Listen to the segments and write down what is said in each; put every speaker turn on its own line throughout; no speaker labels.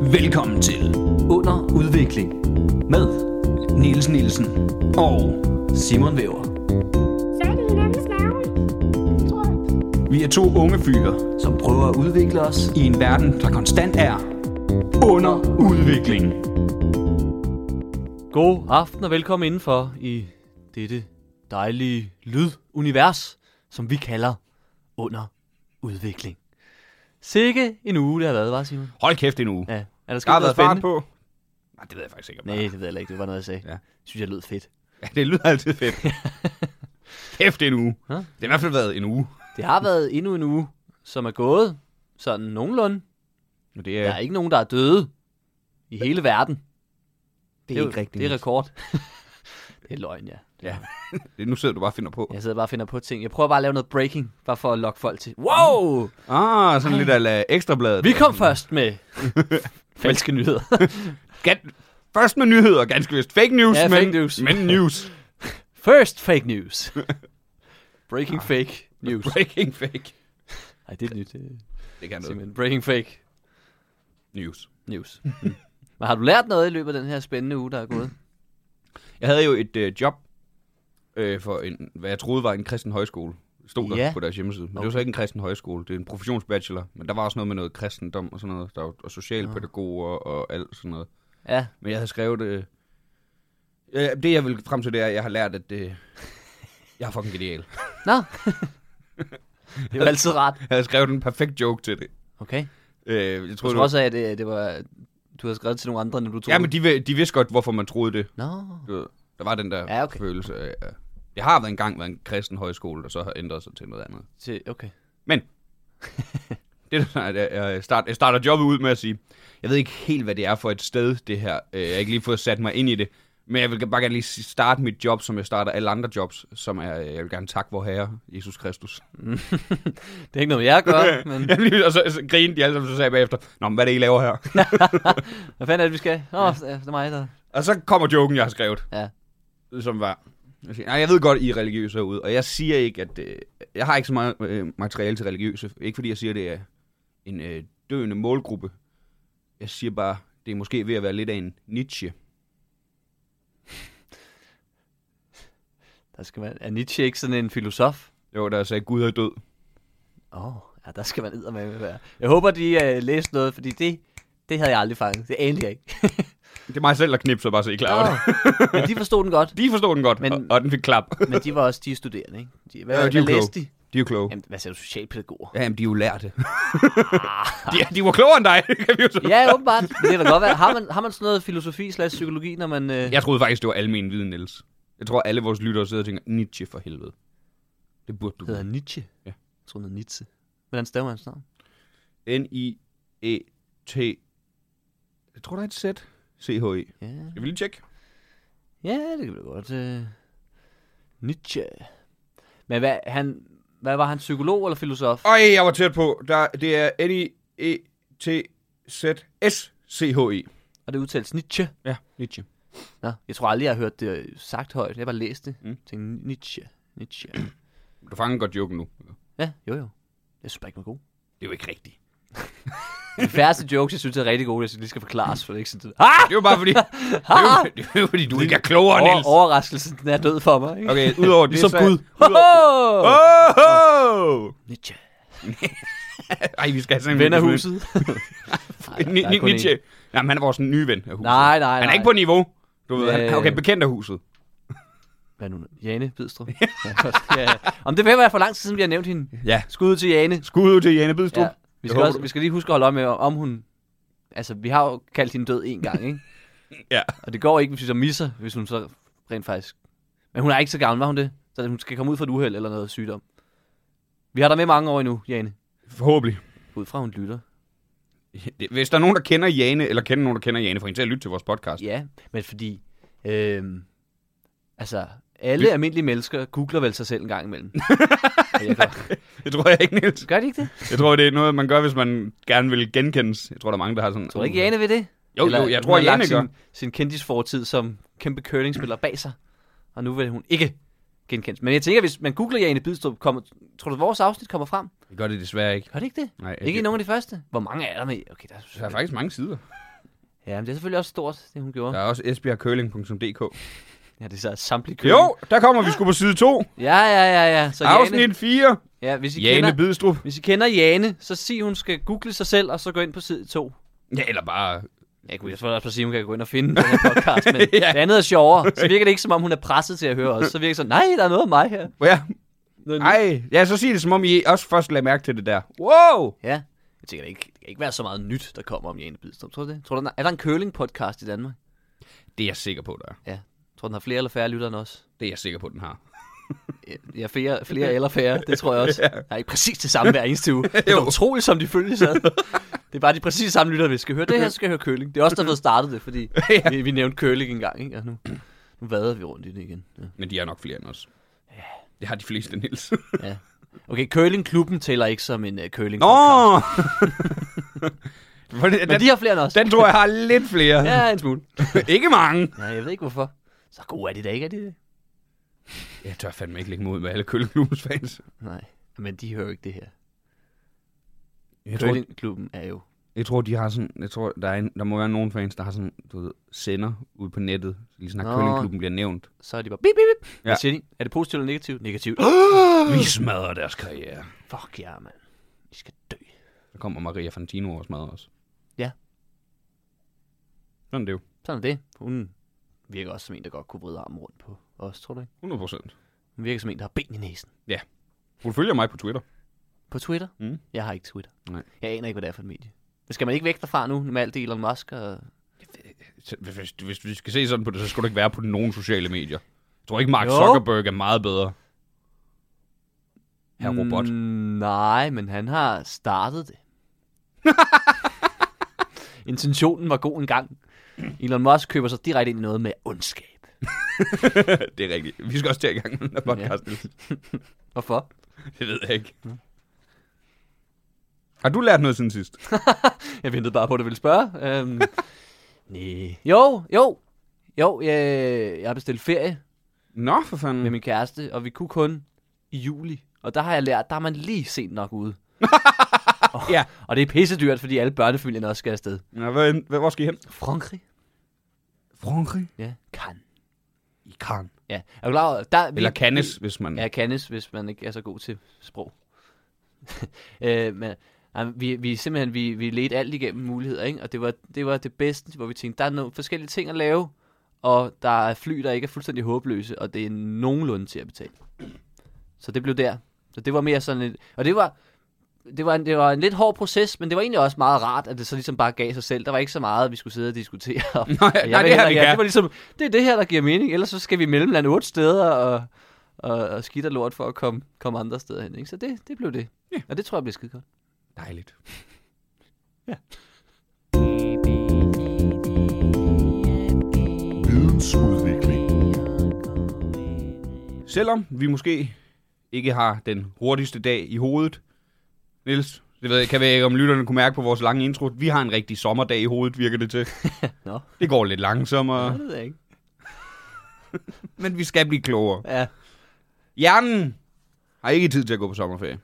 Velkommen til
Under udvikling med
Niels Nielsen og
Simon Væver,
Så er det hinandens navn. Tror jeg.
vi er to unge fyre
som prøver at udvikle os.
i en verden, der konstant er under udvikling.
God aften og velkommen indenfor i dette dejlige lydunivers, som vi kalder under udvikling. Sikke en uge, det har været, var Simon?
Hold kæft en uge.
Ja. Er der sket
Der har været
noget
fart
spændende?
på. Nej, det ved jeg faktisk ikke. om der
Nej, det ved jeg heller ikke. Det var noget, jeg sagde.
Ja.
Ja. Synes jeg lød fedt.
er. Det lyder altid fedt. kæft en uge.
Hå?
Det har i hvert fald været en uge.
Det har været endnu en uge, som er gået sådan nogenlunde.
Nu det
Ja. Der er ikke nogen, der er døde i hele verden.
Det
jo- Det er rekord. det er løgn, ja.
Ja. Det- nu sidder du bare og finder på.
Jeg sidder bare og finder på ting. Jeg prøver bare at lave noget breaking, bare for at lokke folk til. Wow!
Ah, sådan lidt af ekstrabladet.
Vi kom først med falske nyheder.
Gan- først med nyheder, ganske vist. Fake news,
Ja,
men,
fake news.
men news.
First fake news. Breaking
Ah.
fake news.
Breaking fake.
Nej, det er nyt. øh,
Det kan noget.
Simpelthen. Breaking fake
News.
news. Mm. Men har du lært noget i løbet af den her spændende uge, der er gået?
Jeg havde jo et øh, job øh, for en, hvad jeg troede var en kristen højskole. Stod der
Ja.
på deres hjemmeside. Men okay. det var
Okay.
så ikke en kristen højskole. Det er en professionsbachelor. Men der var også noget med noget kristendom og sådan noget. Der var, og socialpædagoger
Ah.
og alt sådan noget.
Ja.
Men jeg havde skrevet... Øh, øh, det jeg vil frem til, det er, at jeg har lært, at øh, jeg er fucking genial.
Nå. det var altid rart.
Jeg havde skrevet en perfekt joke til det.
Okay.
Øh, jeg
På
troede,
trods af, at det, det var, du havde skrevet til nogle andre, end du
det
troede.
var... Ja, men de, ved- de vidste godt, hvorfor man troede det.
Nå.
Du ved, Der var den der ja,
Ja,
okay.
okay.
følelse af... øh, Jeg har været engang været en kristen højskole, der så har ændret sig til noget andet.
til- Okay.
Det er sådan, at jeg, jeg, start, jeg starter jobbet ud med at sige, jeg ved ikke helt, hvad det er for et sted, det her. Øh, Jeg har ikke lige fået sat mig ind i det. Men jeg vil bare gerne lige sige- starte mit job, som jeg starter alle andre jobs, som er, øh, jeg vil gerne takke vor Herre, Jesus Kristus.
Det er ikke noget, jeg gør, men
Jeg lige, og så, så grinede de alle sammen, så sagde jeg bagefter, Nå, men hvad er det, I laver her?
hvad fanden er det, vi skal? Nå, ja. det er mig, der...
og så kommer joken, jeg har skrevet,
Ja.
som var, jeg siger, nej, jeg ved godt, I er religiøse herude, og jeg siger ikke, at øh, jeg har ikke så meget øh, materiale til religiøse. Ikke fordi jeg siger, det er en øh, døende målgruppe. Jeg siger bare, det er måske ved at være lidt af en Nietzsche.
Der skal man... Er Nietzsche ikke sådan en filosof?
Jo, der sagde, Gud er død.
Åh, oh, ja, der skal man med være. Jeg håber, de uh, læste noget, fordi det, det havde jeg aldrig fanget. Det anede jeg ikke.
Det er mig selv, der knipser, bare så I klarer det.
Åh, men de forstod den godt.
De forstod den godt, men,
Men-
og, og, den fik klap.
Men de var også de er studerende, ikke? De, hvad,
Ja, de er
ja,
jo
de hvad læste de?
De er jo kloge.
Jamen, hvad siger du? Socialpædagoger?
Jamen, de er jo lærte. de, de var klogere end dig, kan vi jo så.
Ah. Ja, åbenbart. Men det kan da godt være. Har man, har man sådan noget filosofi slash psykologi, når man... Øh...
Jeg troede faktisk, det var almen viden, Niels. Jeg tror, alle vores lyttere sidder og tænker, Nietzsche for helvede. Det burde du.
Hedder han Nietzsche?
Ja.
Jeg tror, han hedder Nietzsche. Hvordan staver han sådan?
N-I-E-T. E Jeg tror, der er et sæt. C-H-E.
Ja.
Jeg vil lige tjekke.
ja, det kan vi da godt. Øh... Nietzsche. Men hvad, han, hvad var han? Psykolog eller filosof?
Øj, jeg var tæt på. Der, det er E N-I-E-T-Z-S-C-H-E.
Og det udtales Nietzsche.
E. Ja, Nietzsche.
Nå, jeg tror aldrig, jeg har hørt det øh, sagt højt. Jeg har bare læst det.
Mm.
Mm. Jeg tænkte, Nietzsche, Nietzsche.
Du fanger godt joken nu.
ja, jo jo. Jeg synes bare ikke, den var god.
Det er jo ikke rigtigt.
De færreste jokes, jeg synes er rigtig gode, jeg synes, de skal forklares, for det er ikke sådan... Ah!
Det er jo bare fordi, det er jo, det er jo fordi du ikke er klogere,
Over,
Niels.
overraskelsen, den er død for mig. Ikke?
Okay, udover det,
Ligesom
så...
Gud.
Udover...
Ho, ho!
Oh, oh!
Nietzsche.
Ej, vi skal have sådan en...
Ven af huset.
Ni-
der er
Ni-
kun
Nietzsche. Nej, men han er vores nye ven af huset.
Nej, nej,
Han er
nej.
ikke på niveau. Du ved, han,
Øh.
okay, bekendt af huset.
Hvad nu? Jane Bidstrup. ja, ja. Om det vil være for lang tid siden, vi har nævnt hende.
Ja.
Skud ud til Jane.
Skud ud til Janne Bidstrup. Ja.
Ja. Vi,
Jeg
skal
håber,
også,
du-
vi skal lige huske at holde øje med, om hun... Altså, vi har jo kaldt hende død en gang, ikke?
Ja.
Og det går ikke, hvis vi så misser, hvis hun så rent faktisk... Men hun er ikke så gammel, var hun det? Så hun skal komme ud for et uheld eller noget sygdom. Vi har der med mange år endnu, Jane.
Forhåbentlig.
Ud fra, hun lytter.
Hvis der er nogen, der kender Jane, eller kender nogen, der kender Jane, får hende til at lytte til vores podcast.
Ja, men fordi... Øhm, altså, alle almindelige mennesker googler vel sig selv en gang imellem. Og jeg gør,
Det tror jeg ikke, Niels.
gør de ikke det?
Jeg tror, det er noget, man gør, hvis man gerne vil genkendes. Jeg tror, der er mange, der har sådan...
Tror du ikke, Jane ved det?
Jo, jo, jeg tror,
hun har
Jane
lagt
gør.
sin, sin kendisfortid som kæmpe curlingspiller bag sig. Og nu vil hun ikke genkendes. Men jeg tænker, hvis man googler Jane Bidstrup, kommer, tror du, at vores afsnit kommer frem?
Det gør det desværre ikke.
Gør det ikke det?
Nej,
Ikke i nogen af de første? Hvor mange er der med? Okay, der er,
Der er faktisk mange sider.
Ja, men det er selvfølgelig også stort, det hun gjorde.
Der
Ja,
er også esbjergcurling.dk.
ja det er så samtlige køkken.
Jo, der kommer vi sgu på side 2.
Ja, ja, ja, ja. Så Jane,
Afsnit 4.
ja, hvis, I
Jane
kender,
Bidstrup.
hvis I kender Jane, så sig, hun skal google sig selv, og så gå ind på side 2.
Ja, eller bare...
Jeg kunne selvfølgelig også bare sige, at hun kan gå ind og finde den her podcast, men
Ja.
ja. det andet er sjovere. Så virker det ikke, som om hun er presset til at høre os. Så virker det sådan, nej, der er noget om mig her.
Ja,
Noget nyt.
ej. Ja, så sig det, som om I også først lagde mærke til det der. Wow!
Ja. Jeg tænker, det, ikke, det kan ikke være så meget nyt, der kommer om Jane Bidstrup. Tror du det? Tror du, den er, er der en curling-podcast i Danmark?
Det er jeg sikker på, der er.
Tror du, den har flere eller færre lyttere end os?
Det er jeg sikker på, den har.
Ja, flere, flere eller færre, det tror jeg også. Der er ikke præcis det samme hver eneste uge. Det er utroligt, som de følges ad. Det er bare de præcis samme lytter, vi skal høre. Det her skal høre curling. Det er også der har fået startet det, fordi
Ja.
vi, vi nævnte curling engang, ikke? Og nu, nu vader vi rundt i det igen. Ja.
Men de er nok flere end os. Det har de fleste, Niels.
ja. Okay, curlingklubben tæller ikke som en uh, curling
Nå!
podcast.
Hvordan- den,
Men de har flere end os.
den tror jeg har lidt flere.
Ja, en smule.
ikke mange.
Ja, jeg ved ikke hvorfor. Så god er det da ikke, er det det?
Jeg tør fandme ikke lægge mig ud med alle Kølleklubbens fans.
Nej, men de hører jo ikke det her.
Jeg tror,
Curlingklubben er jo...
jeg tror, de har sådan, jeg tror, der, er en, der må være nogen fans, der har sådan, du ved, sender ude på nettet, så lige snart
Nå.
Køllingklubben bliver nævnt.
Så er de bare... Bip, bip, bip.
Ja.
Ja. Hvad siger de? Er det positivt eller negativt? Negativt.
Vi smadrer deres karriere.
Fuck ja, mand. I skal dø.
Så kommer Maria Fantino og smadrer os.
Ja.
Sådan er det jo.
Sådan er det. Hun virker også som en, der godt kunne vride armen rundt på os, tror du ikke?
100 procent.
Hun virker som en, der har ben i næsen.
Hun følger mig på Twitter.
På Twitter?
Mm.
Jeg har ikke Twitter.
Nej.
Jeg aner ikke, hvad det er for et medie. Men skal man ikke væk derfra nu med alt det Elon Musk? Og...
Så Hvis, hvis, hvis vi skal se sådan på det, så skulle du ikke være på nogen sociale medier. Jeg tror ikke, Mark
Jo.
Zuckerberg er meget bedre. Her robot.
Mm, nej, men han har startet det. Intentionen var god engang. Elon Musk køber sig direkte ind i noget med ondskab.
det er rigtigt. Vi skal også til i gang med den her podcast. Ja.
Hvorfor?
Det ved jeg ikke. Har du lært noget siden sidst?
Jeg ventede bare på, at du ville spørge. Øhm, nej. Jo, jo. Jo, jeg, jeg har bestilt ferie
Nå, for fanden.
med min kæreste, og vi kunne kun i juli. Og der har jeg lært, der er man lige sent nok ude.
Ja.
Og det er pissedyrt, fordi alle børnefamilierne også skal afsted.
Nå, hvad, hvad, hvor skal I hen?
Frankrig?
Frankrig.
Ja, kan.
I Cannes.
Ja, er du klar over, der, vi-
Eller Cannes, hvis man...
Ja, Cannes, hvis man ikke er så god til sprog. øh, men, nej, vi, vi simpelthen, vi, vi ledte alt igennem muligheder, ikke? Og det var, det var det bedste, hvor vi tænkte, der er nogle forskellige ting at lave, og der er fly, der ikke er fuldstændig håbløse, og det er nogenlunde til at betale. Så det blev der. Så det var mere sådan et, og det var, det var, en, det var en lidt hård proces, men det var egentlig også meget rart, at det så ligesom bare gav sig selv. Der var ikke så meget, vi skulle sidde og diskutere. om.
nej,
Og
nej,
jeg vil
det her,
heller
det
ikke-
kan.
det var ligesom, det er det her, der giver mening. Ellers så skal vi mellemlande otte steder og, og, og skidt og lort for at komme, komme andre steder hen. Ikke? Så det, det blev det.
Ja.
Og det tror jeg bliver skide godt.
Dejligt. Selvom vi måske ikke har den hurtigste dag i hovedet, Niels, det ved jeg, kan være ikke, om lytterne kunne mærke på vores lange intro, vi har en rigtig sommerdag i hovedet, virker det til.
Nå,
Det går lidt langsommere,
det ved jeg ikke.
men vi skal blive klogere.
Ja.
Hjernen har ikke tid til at gå på sommerferie,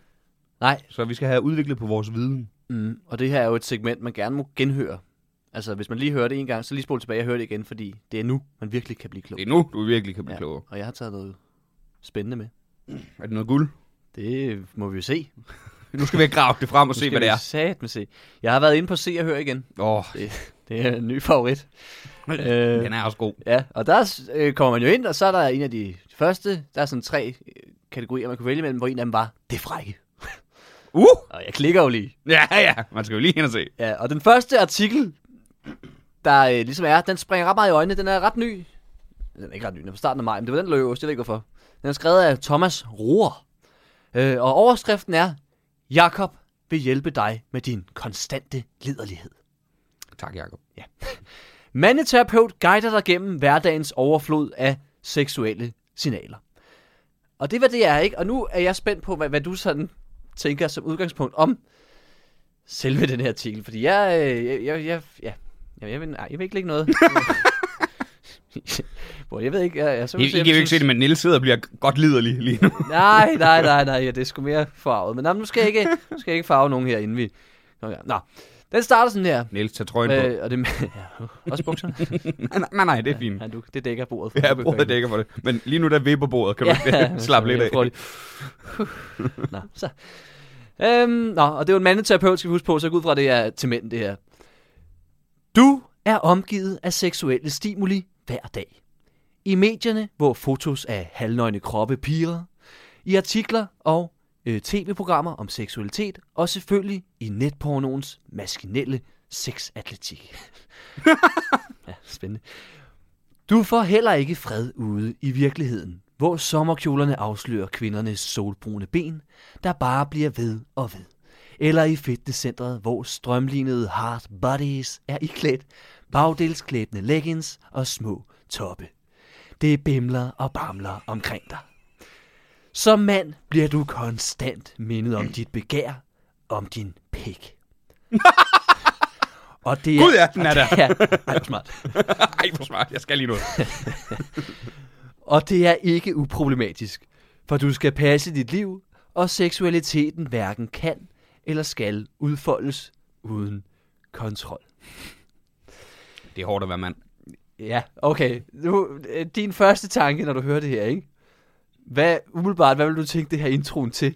Nej,
så vi skal have udviklet på vores viden.
mm, og det her er jo et segment, man gerne må genhøre. Altså, hvis man lige hører det en gang, så lige spol tilbage og hør det igen, fordi det er nu, man virkelig kan blive klog.
Det er nu, du virkelig kan blive
Ja,
klogere.
og jeg har taget noget spændende med.
Er det noget guld?
Det må vi jo se.
Nu skal vi have gravet det frem og se, hvad det er.
Sat med se. Jeg har været inde på Se og Hør igen.
Åh,
Det er en ny favorit. øh,
den er også god.
Ja, og der øh, kommer man jo ind, og så er der en af de første, der er sådan tre øh, kategorier, man kunne vælge mellem, hvor en af dem var, det frække.
Uh!
Og jeg klikker jo lige.
Ja, ja, man skal jo lige hen og se.
Ja, og den første artikel, der øh, ligesom er, den springer ret meget i øjnene, den er ret ny. Den er ikke ret ny, den er fra starten af maj, men det var den løs, jeg ved ikke hvorfor. Den er skrevet af Thomas Roer. Øh, og overskriften er, Jakob vil hjælpe dig med din konstante liderlighed.
Tak, Jacob.
Mandeterapeut guider dig gennem hverdagens overflod af seksuelle signaler. Og det er, hvad det er, ikke? Og nu er jeg spændt på, hvad, hvad du sådan tænker som udgangspunkt om selve den her artikel. Fordi jeg, øh, jeg, jeg, jeg, ja, jeg, jeg, vil, nej, jeg vil ikke lægge noget. Hvor jeg ved ikke, jeg, jeg, så
I, I kan jo ikke se det, men Niels sidder og bliver godt liderlig lige nu.
Nej, nej, nej, nej, ja, det er sgu mere farvet. Men nej, nu skal jeg ikke, nu skal jeg ikke farve nogen her, inden vi... Nå, ja. Nå. Den starter sådan her.
Niels, tag trøjen på.
Øh, og det ja, også bukserne.
Nej, nej, nej, det er fint.
Ja, du, det dækker bordet.
Ja, bordet dækker for det. Men lige nu der er vi på bordet, kan du ikke slappe lidt af?
jeg prøver lige. nå, så. Øhm, nå, og det er jo en mandeterapeut, skal vi huske på, så jeg går ud fra, at det er til mænd, det her. Du er omgivet af seksuelle stimuli hver dag. I medierne, hvor fotos af halvnøgne kroppe piger, i artikler og øh, tv-programmer om seksualitet, og selvfølgelig i netpornoens maskinelle sexatletik. ja, spændende. Du får heller ikke fred ude i virkeligheden, hvor sommerkjolerne afslører kvindernes solbrune ben, der bare bliver ved og ved. Eller i fitnesscentret, hvor strømlinede hard bodies er iklædt, bagdelsklæbende leggings og små toppe. Det bimler og bamler omkring dig. Som mand bliver du konstant mindet om dit begær, om din pik. og det er,
Gud, ja, den er der.
Ja, ej, hvor smart.
Ej, hvor smart. Jeg skal lige noget.
Og det er ikke uproblematisk, for du skal passe dit liv, og seksualiteten hverken kan eller skal udfoldes uden kontrol.
Det er hårdt at være mand.
Ja, okay. Nu, øh, din første tanke, når du hører det her, ikke? Hvad, umiddelbart, hvad vil du tænke det her introen til?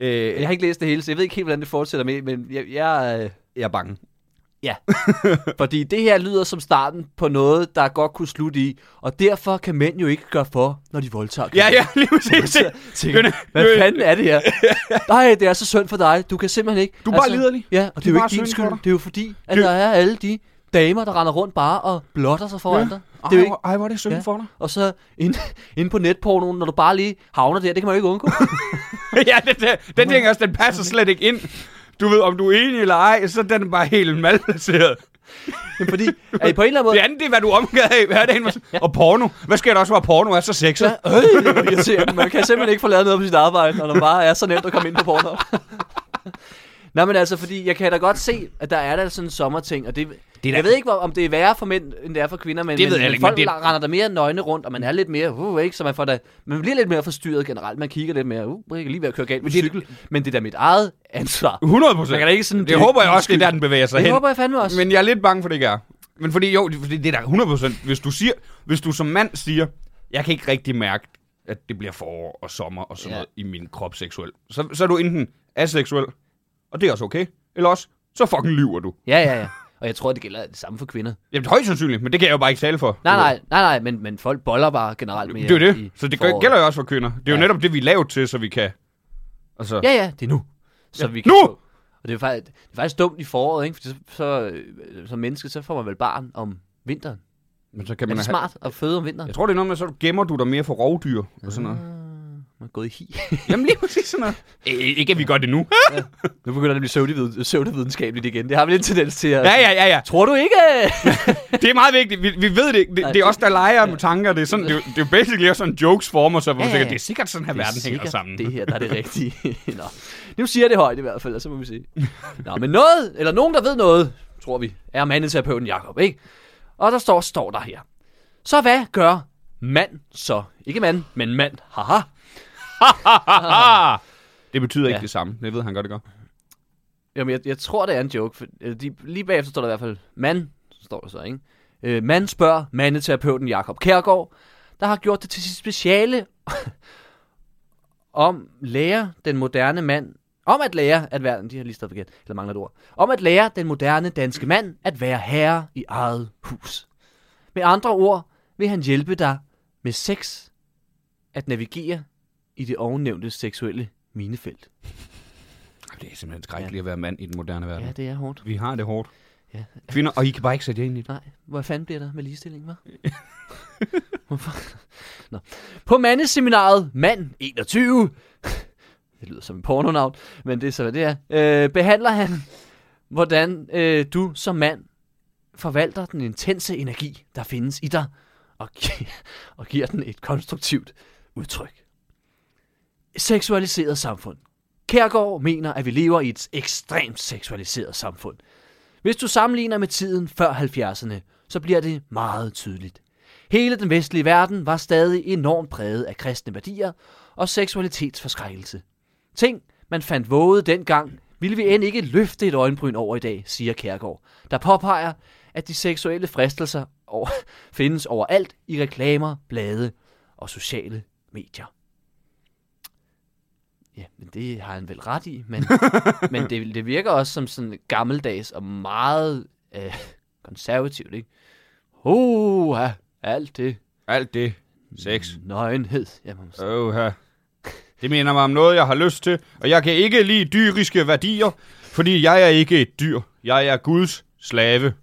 Øh,
Jeg har ikke læst det hele, så jeg ved ikke helt, hvordan det fortsætter med, men jeg, jeg øh,
Jeg er bange.
Ja, fordi det her lyder som starten på noget, der godt kunne slutte i, og derfor kan mænd jo ikke gøre for, når de voldtager
Ja,
kvinder.
ja, lige præcis.
Så tænker, jeg, hvad fanden er det her? Nej, det er så synd for dig. Du kan simpelthen ikke... Altså,
Du er bare liderlig.
Ja, og det, er
er
jo
bare
ikke din
synd for
skyld.
dig.
Det er jo fordi, at
Det-
der er alle de damer, der render rundt bare og blotter sig foran dig. Det er jo ikke...
Ej, hvor er det synd for dig.
Og så inde, inde på netpornoen, når du bare lige havner der, det kan man jo ikke undgå.
ja, den, der, den ting også, den passer slet ikke ind. Du ved, om du er enig eller ej, så er den bare helt malplaceret.
Men fordi, at på en eller anden måde...
Det andet, det er, hvad du omgiver af i hverdagen. Og porno. Hvad sker der også, hvor porno er så sexet?
Ja, øh, det er irriterende. Man kan simpelthen ikke få lavet noget på sit arbejde, når der bare er så nemt at komme ind på Pornhub. Nej, men altså, fordi jeg kan da godt se, at der er der sådan en sommerting, og det, det
da-
jeg ved ikke, hvor- om det er værre for mænd, end det er for kvinder, men,
Det ved
men,
jeg
men
ikke, men
folk
det-
render der mere nøgne rundt, og man er lidt mere, uh, ikke, så man, får da, man bliver lidt mere forstyrret generelt, man kigger lidt mere, uh, jeg kan lige ved at køre galt med
det-
cykel, men det Uh, er da mit eget ansvar.
100 procent.
Man kan da ikke sådan-
det håber jeg også, det er der, den bevæger sig
Det
hen.
håber jeg fandme også.
Men jeg er lidt bange for, det ikke er. Men fordi, jo, det, fordi det er der 100 procent. Hvis du, siger, hvis du som mand siger, jeg kan ikke rigtig mærke, at det bliver forår og sommer og sådan
Ja.
ja. noget i min krop seksuelt. Så, så er du enten aseksuel, og det er også okay. Eller også, så fucking lyver du.
Ja, ja, ja. Og jeg tror, det gælder det samme for kvinder.
Jamen, højst sandsynligt, men det kan jeg jo bare ikke tale for.
Nej, nej, nej, nej, men, men folk boller bare generelt mere.
Det er jo
i
det. Så det gør,
foråret.
gælder jo også for kvinder. Det er jo ja.
Ja.
netop det, vi er lavet til, så vi kan... Altså, ja.
Ja, ja, det er nu. Så vi kan
Nu!
Få. Og det er, faktisk, det er faktisk dumt i foråret, ikke? Fordi så, så, øh, som menneske, så får man vel barn om vinteren.
men så kan
Er
man...
det
have-
smart at føde om vinteren?
Jeg tror, det er noget med, så gemmer du dig mere for rovdyr og sådan noget.
Ah, Man er gået i hi.
Mm. Jamen lige præcis sådan noget. Øh, ikke at vi gør det nu.
nu begynder det at blive pseudovid- pseudovidenskabeligt igen. Det har vi en tendens til at...
ja, ja, ja, ja.
Tror du ikke?
Det er meget vigtigt. Vi, vi ved det ikke. Det, det er os, der leger med tanker. Det er, sådan, det, er jo- det er jo basically også sådan jokes former sig, hvor
Ja,
man
ja,
tænker,
ja.
det er sikkert sådan her verden hænger sammen.
det her, der er det rigtige. Nå. Nu siger jeg det højt i hvert fald, og så må vi se. Nå, men noget, eller nogen, der ved noget, tror vi, er mandeterapeuten Jakob, ikke? Og der står, står der her. Så hvad gør mand så? Ikke mand, men mand. Haha.
Ah, det betyder ikke
Ja.
det samme. Det ved han godt, det gør.
Jamen, jeg, jeg tror, det er en joke. For, øh, de, lige bagefter står der i hvert fald, mand, står der så, ikke? Øh, mand spørger mandeterapeuten Jakob Kærgaard, der har gjort det til sit speciale om lære den moderne mand, om at lære at være, de har lige stået forkert, eller mangler et ord, om at lære den moderne danske mand at være herre i eget hus. Med andre ord vil han hjælpe dig med sex at navigere i det ovennævnte seksuelle minefelt.
Det er simpelthen skrækkeligt at være mand i den moderne verden.
Ja, det er hårdt.
Vi har det hårdt.
Ja.
Kvinder, og I kan bare ikke sætte jer ind i det.
Nej, hvor fanden bliver der med ligestilling, hva'? Hvorfor? Nå. På mandeseminaret Mand 21, det lyder som en pornonavn, men det er så, hvad det er, øh, behandler han, hvordan øh, du som mand forvalter den intense energi, der findes i dig, og, gi- og giver den et konstruktivt udtryk. Seksualiseret samfund. Kærgaard mener, at vi lever i et ekstremt seksualiseret samfund. Hvis du sammenligner med tiden før 70'erne, så bliver det meget tydeligt. Hele den vestlige verden var stadig enormt præget af kristne værdier og seksualitetsforskrækkelse. Ting, man fandt våget dengang, ville vi end ikke løfte et øjenbryn over i dag, siger Kærgaard, der påpeger, at de seksuelle fristelser over, findes overalt i reklamer, blade og sociale medier. Ja, men det har han vel ret i, men, men det, det virker også som sådan gammeldags og meget øh, konservativt, ikke? Hoha, alt det.
Alt det. Sex.
Nøgenhed. Jamen, så-
Åh, Det minder mig om noget, jeg har lyst til, og jeg kan ikke lide dyriske værdier, fordi jeg er ikke et dyr. Jeg er Guds slave.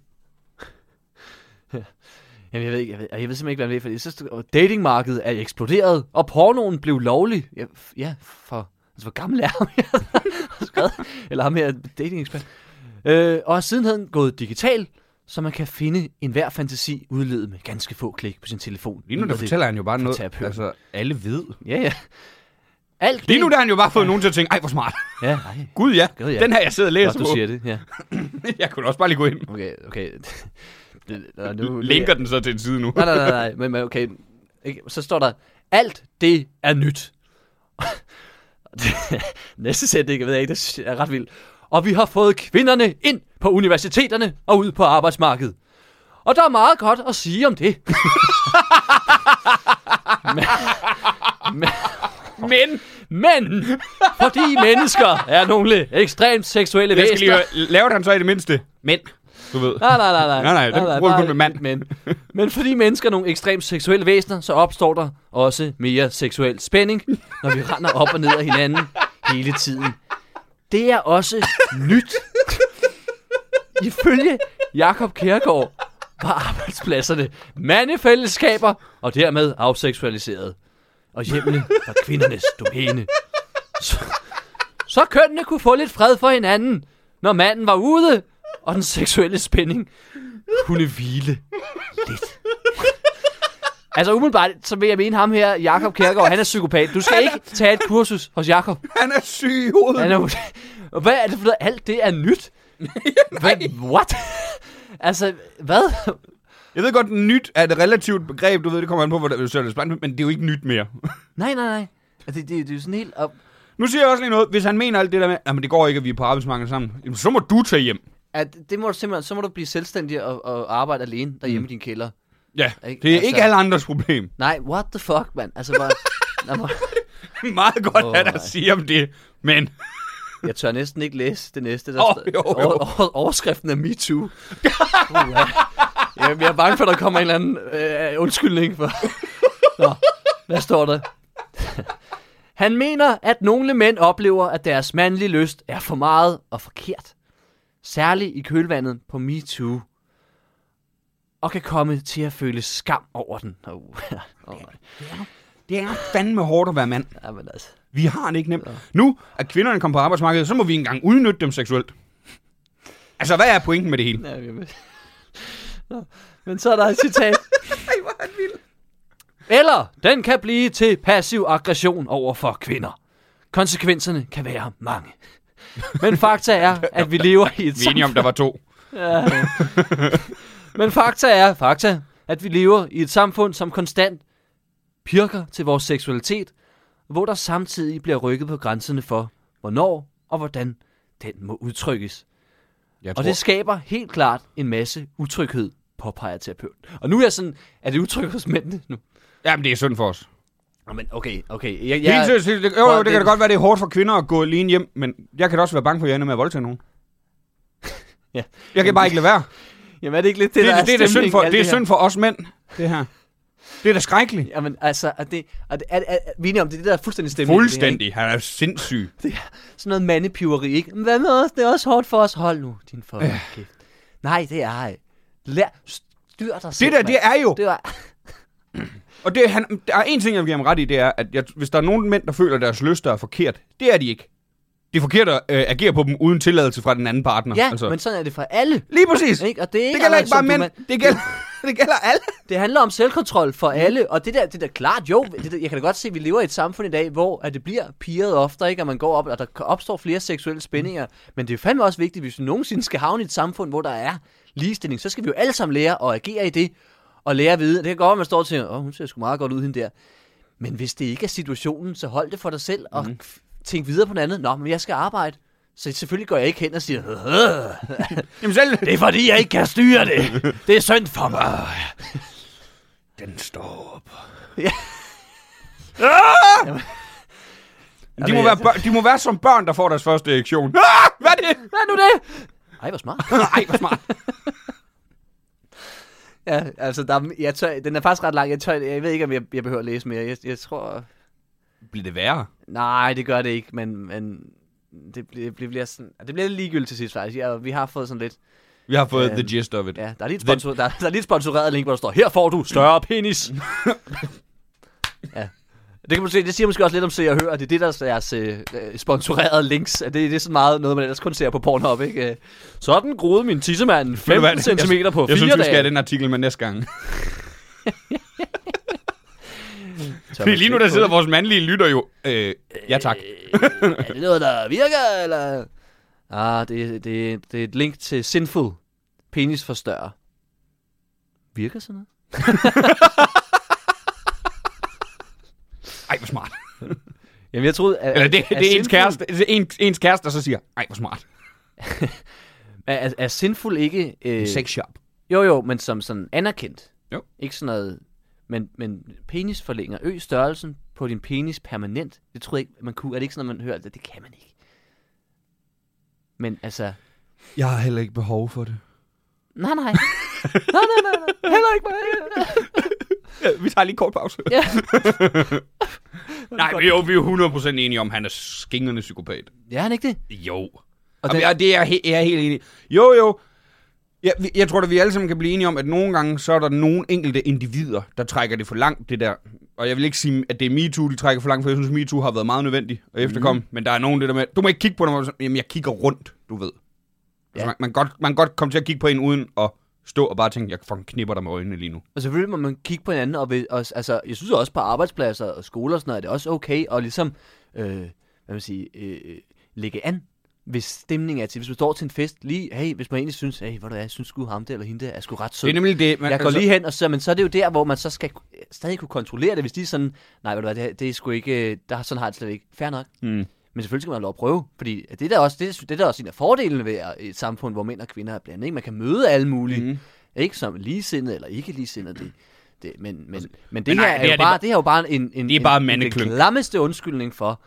Jamen, jeg ved, ikke, jeg, ved, jeg ved simpelthen ikke, hvad det er, fordi så stod- og datingmarkedet er eksploderet, og pornoen blev lovlig. Ja, f- ja for, altså, hvor gammel er ham, jeg har skrevet, eller ham her datingekspert. Øh, og er sidenhen gået digital, så man kan finde enhver fantasi udledet med ganske få klik på sin telefon.
Lige nu, der
Lyder det
fortæller han jo bare noget,
terapeuten.
altså alle ved.
Ja, ja. Alt
Lige nu,
det...
der har han jo bare fået nogen til at tænke, ej, hvor smart.
Ja, nej.
Gud ja,
Gud, ja.
den her, jeg sidder og læser
Godt, du
på.
siger det, ja.
Jeg kunne da også bare lige gå ind.
Okay, okay. Det- der er nu-
Linker den så til en side nu.
Nej, nej, nej, nej. Men, men okay. Ikke? Så står der, alt det er nyt. Næste sætning, jeg ved jeg ikke, det er ret vildt. Og vi har fået kvinderne ind på universiteterne og ud på arbejdsmarkedet. Og der er meget godt at sige om det. men, men, men, fordi mennesker er nogle ekstremt seksuelle
Jeg skal lige
væsener.
høre, lavede han så i det mindste mænd? Du ved.
Nej, nej, nej, nej.
Nej, nej, den bruger vi kun
bare
med mand.
Men, men fordi mennesker er nogle ekstremt seksuelle væsener, så opstår der også mere seksuel spænding, når vi render op og ned af hinanden hele tiden. Det er også nyt. Ifølge Jakob Kjærgaard var arbejdspladserne mandefællesskaber og dermed afseksualiseret. Og hjemmene var kvindernes domæne. Så, så kønnene kunne få lidt fred for hinanden, når manden var ude, og den seksuelle spænding kunne hvile lidt. Altså umiddelbart, så vil jeg mene ham her, Jakob Kjærgaard, han er psykopat. Du skal ikke tage et kursus hos Jakob.
Han er syg i hovedet.
Han er, Og hvad er det for noget? Alt det er nyt. Hvad? What? altså, hvad?
Jeg ved godt, nyt er et relativt begreb. Du ved, det kommer an på, hvor du ser det spændt, men det er jo ikke nyt mere.
Nej, nej, nej. Altså, det, det, det er jo sådan helt op...
Nu siger jeg også lige noget. Hvis han mener alt det der med, at det går ikke, at vi er på arbejdsmarkedet sammen, jamen, så må du tage hjem.
At det må du simpelthen, så må du blive selvstændig og, og arbejde alene derhjemme mm. i din kælder.
Ja,
Ikke?
det er
Altså-
ikke alle andres problem.
Nej, what the fuck, mand? Altså, hvor... Nå, hvor-
Meget godt,
Åh,
oh, hvad der
nej.
siger om det. Men
jeg tør næsten ikke læse det næste, der
Åh,
står.
jo, jo.
Over, over, overskriften er MeToo. Uh, jeg, jeg er bange for, at der kommer en eller anden øh, undskyldning for... Nå, hvad står der? Han mener, at nogle mænd oplever, at deres mandlige lyst er for meget og forkert. Særligt i kølvandet på MeToo. Og kan komme til at føle skam over den. Åh, oh, oh, nej.
det er fandme hårdt at være mand.
Jamen altså.
Vi har det ikke nemt. Nu er kvinderne kommet på arbejdsmarkedet, så må vi ikke engang udnytte dem seksuelt. Altså, hvad er pointen med det hele?
Ja, jeg ved. Nå, men så er der et citat. Eller den kan blive til passiv aggression over for kvinder. Konsekvenserne kan være mange. Men fakta er, at vi lever i et
Vi er enige om, der var to.
Ja. Men fakta er, fakta, at vi lever i et samfund, som konstant pirker til vores seksualitet, hvor der samtidig bliver rykket på grænserne for, hvornår og hvordan den må udtrykkes.
Jeg
Og det skaber helt klart en masse utryghed, påpeger terapeuten. Og nu er jeg sådan, er det utryg hos mændene nu?
Jamen, det er synd for os.
Nå, men okay, okay. Jeg,
Ja,
jeg,
Helt seriøst, det, jo,
Prøv
jo,
at-
det kan da godt være, det er hårdt for kvinder at gå alene hjem, men jeg kan da også være bange for, at jeg ender med at voldtage nogen.
Ja.
Jeg kan bare ikke lade være.
jamen er det ikke lidt det,
Det, det,
der
det, det, er, synd
stemningen
for,
i alt
det er
her?
synd for os mænd, det her. Det er da skrækkeligt.
Jamen altså, er det, er, det, er, er, er, vi er enige om, det er det, der er fuldstændig stemning. i det her, ikke?
Fuldstændig. Han er sindssyg.
Det er sådan noget mandepiveri, ikke? Men hvad med os? Det er også hårdt for os. Hold nu, din fucking øh. kæft. Nej, det er ej. Lær, styr dig
Det
selv,
der, det er jo...
Det var...
Og det, han, der er en ting, jeg vil give ham ret i, det er, at jeg, hvis der er nogen mænd, der føler, at deres lyster er forkert, det er de ikke. Det er forkert at øh, agere på dem uden tilladelse fra den anden partner.
Ja, altså. men sådan er det for alle.
Lige præcis.
Ikke? Og det, er
Det
ikke
gælder ikke
anderledes,
bare
som du
mænd.
mand-
Det gælder, det gælder alle.
Det handler om selvkontrol for alle, og det der, det der klart, jo, det der, jeg kan da godt se, at vi lever i et samfund i dag, hvor at det bliver piret ofte, ikke? og man går op, og der opstår flere seksuelle spændinger, men det er jo fandme også vigtigt, hvis vi nogensinde skal havne i et samfund, hvor der er ligestilling, så skal vi jo alle sammen lære at agere i det, og lære at vide, det kan godt være, man står og tænker, åh, hun ser sgu meget godt ud, hende der, men hvis det ikke er situationen, så hold det for dig selv, og mm. tænk videre på noget andet, nå, men jeg skal arbejde, Så selvfølgelig går jeg ikke hen og siger, "Øh,
Jamen selv...
det er fordi, jeg ikke kan styre det. Det er synd for mig.
Den står op.
Ja.
Ah! De må,
Jamen,
være
jeg-
børn, de må være som børn, der får deres første erektion. Ah! Hvad er det?
Hvad er nu det? Ej, hvor smart.
Ej, hvor smart.
Ja, altså, der er, jeg tør, den er faktisk ret lang. Jeg, tør, jeg ved ikke, om jeg, jeg behøver at læse mere. Jeg, jeg tror...
Bliver det værre?
Nej, det gør det ikke, men, men det, bliver, det, bliver sådan, det bliver lidt ligegyldigt til sidst, faktisk. Ja, vi har fået sådan lidt...
Vi har fået
Øhm,
the gist of it.
Ja, der er lige et,
Den-
sponsor, der, der er lige et sponsoreret link, hvor der står, her får du større penis. ja. Det kan man se, det siger måske også lidt om se og høre, det er det, der er deres øh, øh, sponsorerede links. At Det, det er sådan meget noget, man ellers kun ser på Pornhub, ikke? Øh, Sådan groede min tissemand
Ved du hvad?
15 cm på
Jeg
4
synes, vi skal
dage.
have den artikel med næste gang.
Tør
Fordi
man
lige nu,
slet
der
ikke
sidder
på
vores mandlige lytter jo... Øh, ja tak.
det. Øh, Er det noget, der virker, eller? Ah, det, det, det er et link til Sinful. Penis forstørrer. Virker sådan noget?
Ej, hvor smart.
Jamen, jeg troede... At,
Eller det,
at- at
det er ens
Sinful-
kæreste, det er en, ens kæreste, der så siger, ej, hvor smart.
Er, er, er Sinful ikke... Øh,
shop.
Jo, jo, men som sådan anerkendt.
Jo.
Ikke sådan noget... Men, men penis forlænger. Øg størrelsen på din penis permanent. Det troede jeg ikke, man kunne. Er det ikke sådan noget, man hører? Det, det kan man ikke. Men altså...
Jeg har heller ikke behov for det.
Nej, nej. nej, nej, nej, nej. Heller ikke mig.
Vi tager lige en kort pause.
Ja.
Nej, men jo, vi er jo 100% enige om, at han er skingerne psykopat.
Ja, han ikke det?
Jo.
Og
Og det,
den-
og det er jeg, he- jeg er helt enig i. Jo, jo. Jeg, jeg tror da, vi alle sammen kan blive enige om, at nogle gange, så er der nogle enkelte individer, der trækker det for langt, det der. Og jeg vil ikke sige, at det er MeToo, de trækker for langt, for jeg synes, MeToo har været meget nødvendig at
Mhm.
efterkomme. Mm. Men der er nogen det der med, du må ikke kigge på dem, og så- jamen jeg kigger rundt, du ved. Ja.
Ja.
Altså, man, man, kan godt, man kan godt komme til at kigge på en uden at stå og bare tænke, jeg fucking knipper dig med øjnene lige nu.
Og selvfølgelig må man kigge på hinanden, og, ved, og altså, jeg synes også på arbejdspladser og skoler og sådan noget, er det også okay at ligesom, øh, hvad vil man sige, øh, øh, lægge an, hvis stemningen er til. Hvis du står til en fest, lige, hey, hvis man egentlig synes, hey, hvor du er, jeg synes sgu ham der eller hende der er sgu ret sød.
Det er nemlig det. Man, altså-
jeg går lige hen, og så, men så er det jo der, hvor man så skal ku- stadig kunne kontrollere det, hvis de er sådan, nej, ved du hvad, det, her- det er sgu ikke, øh, der, sådan har jeg det slet ikke. Fair nok.
Mm.
Men selvfølgelig skal man have lov at prøve, fordi det er da også, det, er- det er da også en af fordelene ved at- et samfund, hvor mænd og kvinder er blandet. Ikke? Man kan møde alle mulige, mm. ikke som ligesindede eller ikke ligesindede. Det, det, men, men, men det,
Altså, men
her
nej,
er
det her,
jo
det er
bare,
bare-
det her er jo bare en, en,
det er bare
en, en, den
mandeklynk.
klammeste undskyldning for,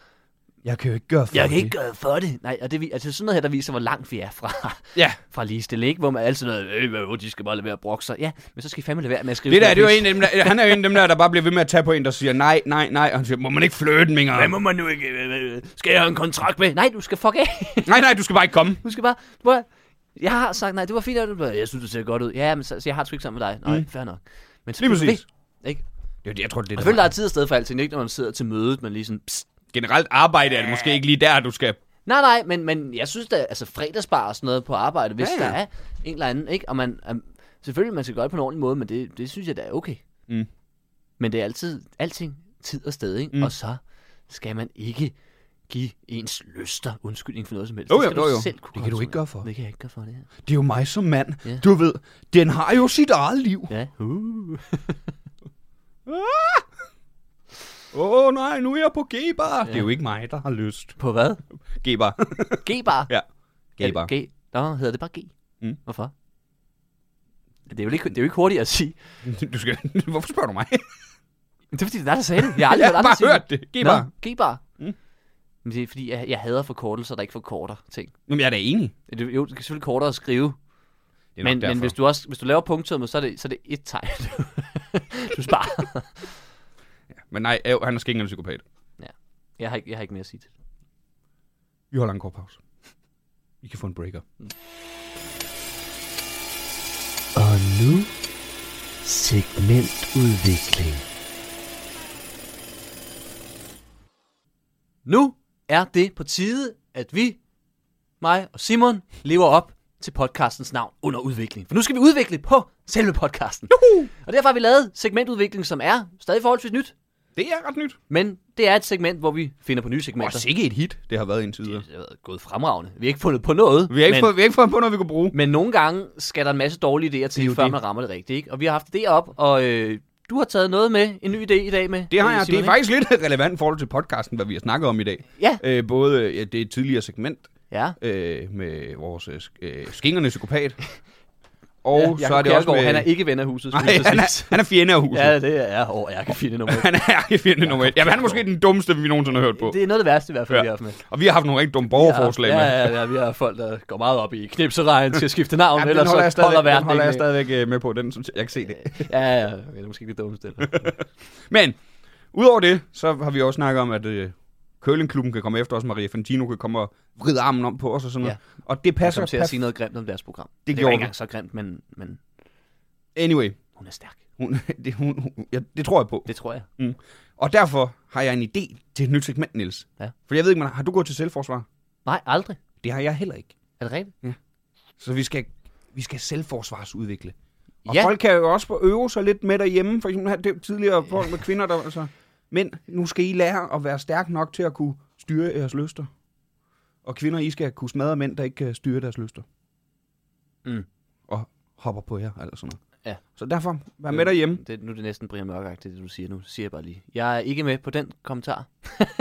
Jeg kan jo ikke gøre for
jeg kan ikke gøre for det. Nej, og det, vi- altså sådan noget her, der viser, hvor langt vi er fra,
Ja,
fra ligestilling, ikke? hvor man altid noget, øh, øh, de skal bare lade være at brokke sig. Ja, men så skal I fandme lade være med at skrive
det der, det er jo
sådan
en af dem der, han er jo en af dem der, der bare bliver ved med at tage på en, der siger nej, nej, nej, og han siger, må man ikke flytte, Minger?
Hvad må man nu ikke? øh, øh, øh, Skal jeg have en kontrakt med? Nej, du skal fuck af.
Nej, nej, du skal bare ikke komme.
Du skal bare... Du bare jeg har sagt nej, det var fint, og du bare, jeg synes, det ser godt ud. Ja, men så, så jeg har det sgu ikke sammen med dig. Nej, mm. fair nok. Men så
Lige
bliver du
præcis.
ved, Ikke?
Det er det, jeg tror, det er
Og
det.
selvfølgelig,
der-
der er tid og sted for alting, ikke når man sidder til mødet, men lige sådan, psst.
Generelt arbejde er det måske ikke lige der, du skal...
Nej, nej, men, men jeg synes da, altså fredagsbar og sådan noget på arbejde, hvis
Ja,
ja,
ja.
ja. der er en eller anden, ikke? Og man, um, selvfølgelig, man skal gøre det på en ordentlig måde, men det, det synes jeg, da er okay.
Mm.
Men det er altid, alting tid og sted, ikke?
Mm.
Mm. Og så skal man ikke give ens lyster undskyldning for noget som helst.
Jo,
det
jo,
skal
jo,
du
jo.
selv
Det
kunne
kan du ikke
kontrollere.
gøre for.
Det kan jeg ikke gøre for, det her.
Det er jo mig som mand.
Ja.
Du ved, den har jo sit eget liv. Ah!
Ja. Uh.
Åh oh, nej, nu er jeg på G-bar. Ja. Det er jo ikke mig, der har lyst.
På hvad?
G-bar.
G-bar?
ja.
Er det
G-bar.
G. Nå, hedder det bare G?
Mm.
Hvorfor? Det er, jo ikke, det er jo ikke hurtigt at sige.
Du skal... Hvorfor spørger du mig?
Det er fordi, det er dig, der sagde det. Jeg har aldrig
jeg har
hørt andre sige
bare hørt det. G-bar.
Nå, G-bar.
Mm.
Mm. Men det er fordi, jeg, jeg hader forkortelser, der ikke forkorter ting.
Jamen, jeg er da enig.
Det er Jo, det er selvfølgelig kortere at skrive.
Det er
Men,
nok
men hvis
derfor.
du også hvis du laver punktummet, så er det, så er det et tegn. du sparer.
men nej, æv, han er skængende psykopat.
Jeg har, ikke, jeg har ikke mere at sige til det.
Vi holder en kort pause. I kan få en breaker.
Og nu segmentudvikling.
Nu er det på tide, at vi, mig og Simon, lever op til podcastens navn under udvikling. For nu skal vi udvikle på selve podcasten. Juhu! Og derfor har vi lavet segmentudvikling, som er stadig forholdsvis nyt,
Det er ret nyt.
men det er et segment, hvor vi finder på nye
Og
segmenter.
sikke et hit, det har været indtil videre.
det har været gået fremragende. Vi har ikke fundet på noget.
Vi har ikke,
men,
fået, vi har ikke fået på noget, vi kan bruge.
men nogle gange skal der en masse dårlige idéer til,
jo
før
det.
man rammer det rigtigt. Ikke? Og vi har haft det op, og øh, du har taget noget med, en ny idé i dag med.
Det har
øh,
jeg.
Simon,
Det er
ikke?
faktisk lidt relevant i forhold til podcasten, hvad vi har snakket om i dag.
Ja.
Øh, både øh, det tidligere segment,
Ja.
øh, med vores øh, sk- øh, skingerne psykopat. Og
ja,
ja, så er det også med...
Han er ikke ven af huset.
Nej,
skulle jeg
han
sige.
er, han er fjende af huset.
Ja, det er jeg. Åh, jeg kan finde nummer.
Han er ærkefjende nummer et. Jamen, han er måske den dummeste, vi nogensinde har hørt på.
Det er noget af det værste i hvert fald,
Ja.
vi har haft med.
Og vi har haft nogle rigtig dumme borgerforslag
ja,
med.
ja, ja, ja, vi har folk, der går meget op i knipseregn til at skifte navn, ja,
den
ellers
holder,
holder
jeg
så holder
stadigvæk,
verden
den holder jeg
ikke
stadigvæk øh, med på. Den, synes jeg, jeg kan se det.
med. Ja, ja, okay, det er måske ikke det dummeste. eller?
Men, udover det, så har vi også snakket om, at øh, curlingklubben kan komme efter os. Maria Fantino kan komme og vride armen om på os og sådan noget. Ja. Og det
Jeg
passer
kom til at
perf-
sige noget grimt om deres program. Det, det var
gjorde
ikke
vi.
engang så grimt, men, men
Anyway,
hun er stærk.
hun, det, hun, hun, ja, det tror jeg på.
Det tror jeg.
Og derfor har jeg en idé til et nyt segment, Niels.
Ja.
For jeg ved ikke, man, har du gået til selvforsvar?
Nej, aldrig.
Det har jeg heller ikke.
Er det rigtigt?
Så vi skal, vi skal selvforsvarsudvikle. Og
Ja.
ja. folk kan jo også få øve sig lidt med derhjemme. For eksempel her, det er jo tidligere folk med kvinder, der altså. Men nu skal I lære at være stærk nok til at kunne styre jeres lyster. Og kvinder, I skal kunne smadre mænd, der ikke kan styre deres lyster.
Mm.
Og hopper på jer, eller sådan noget.
Ja.
Så derfor, vær med derhjemme.
Øh, Det, nu er det næsten Brian Mørk, det du siger nu. Det siger jeg bare lige. Jeg er ikke med på den kommentar.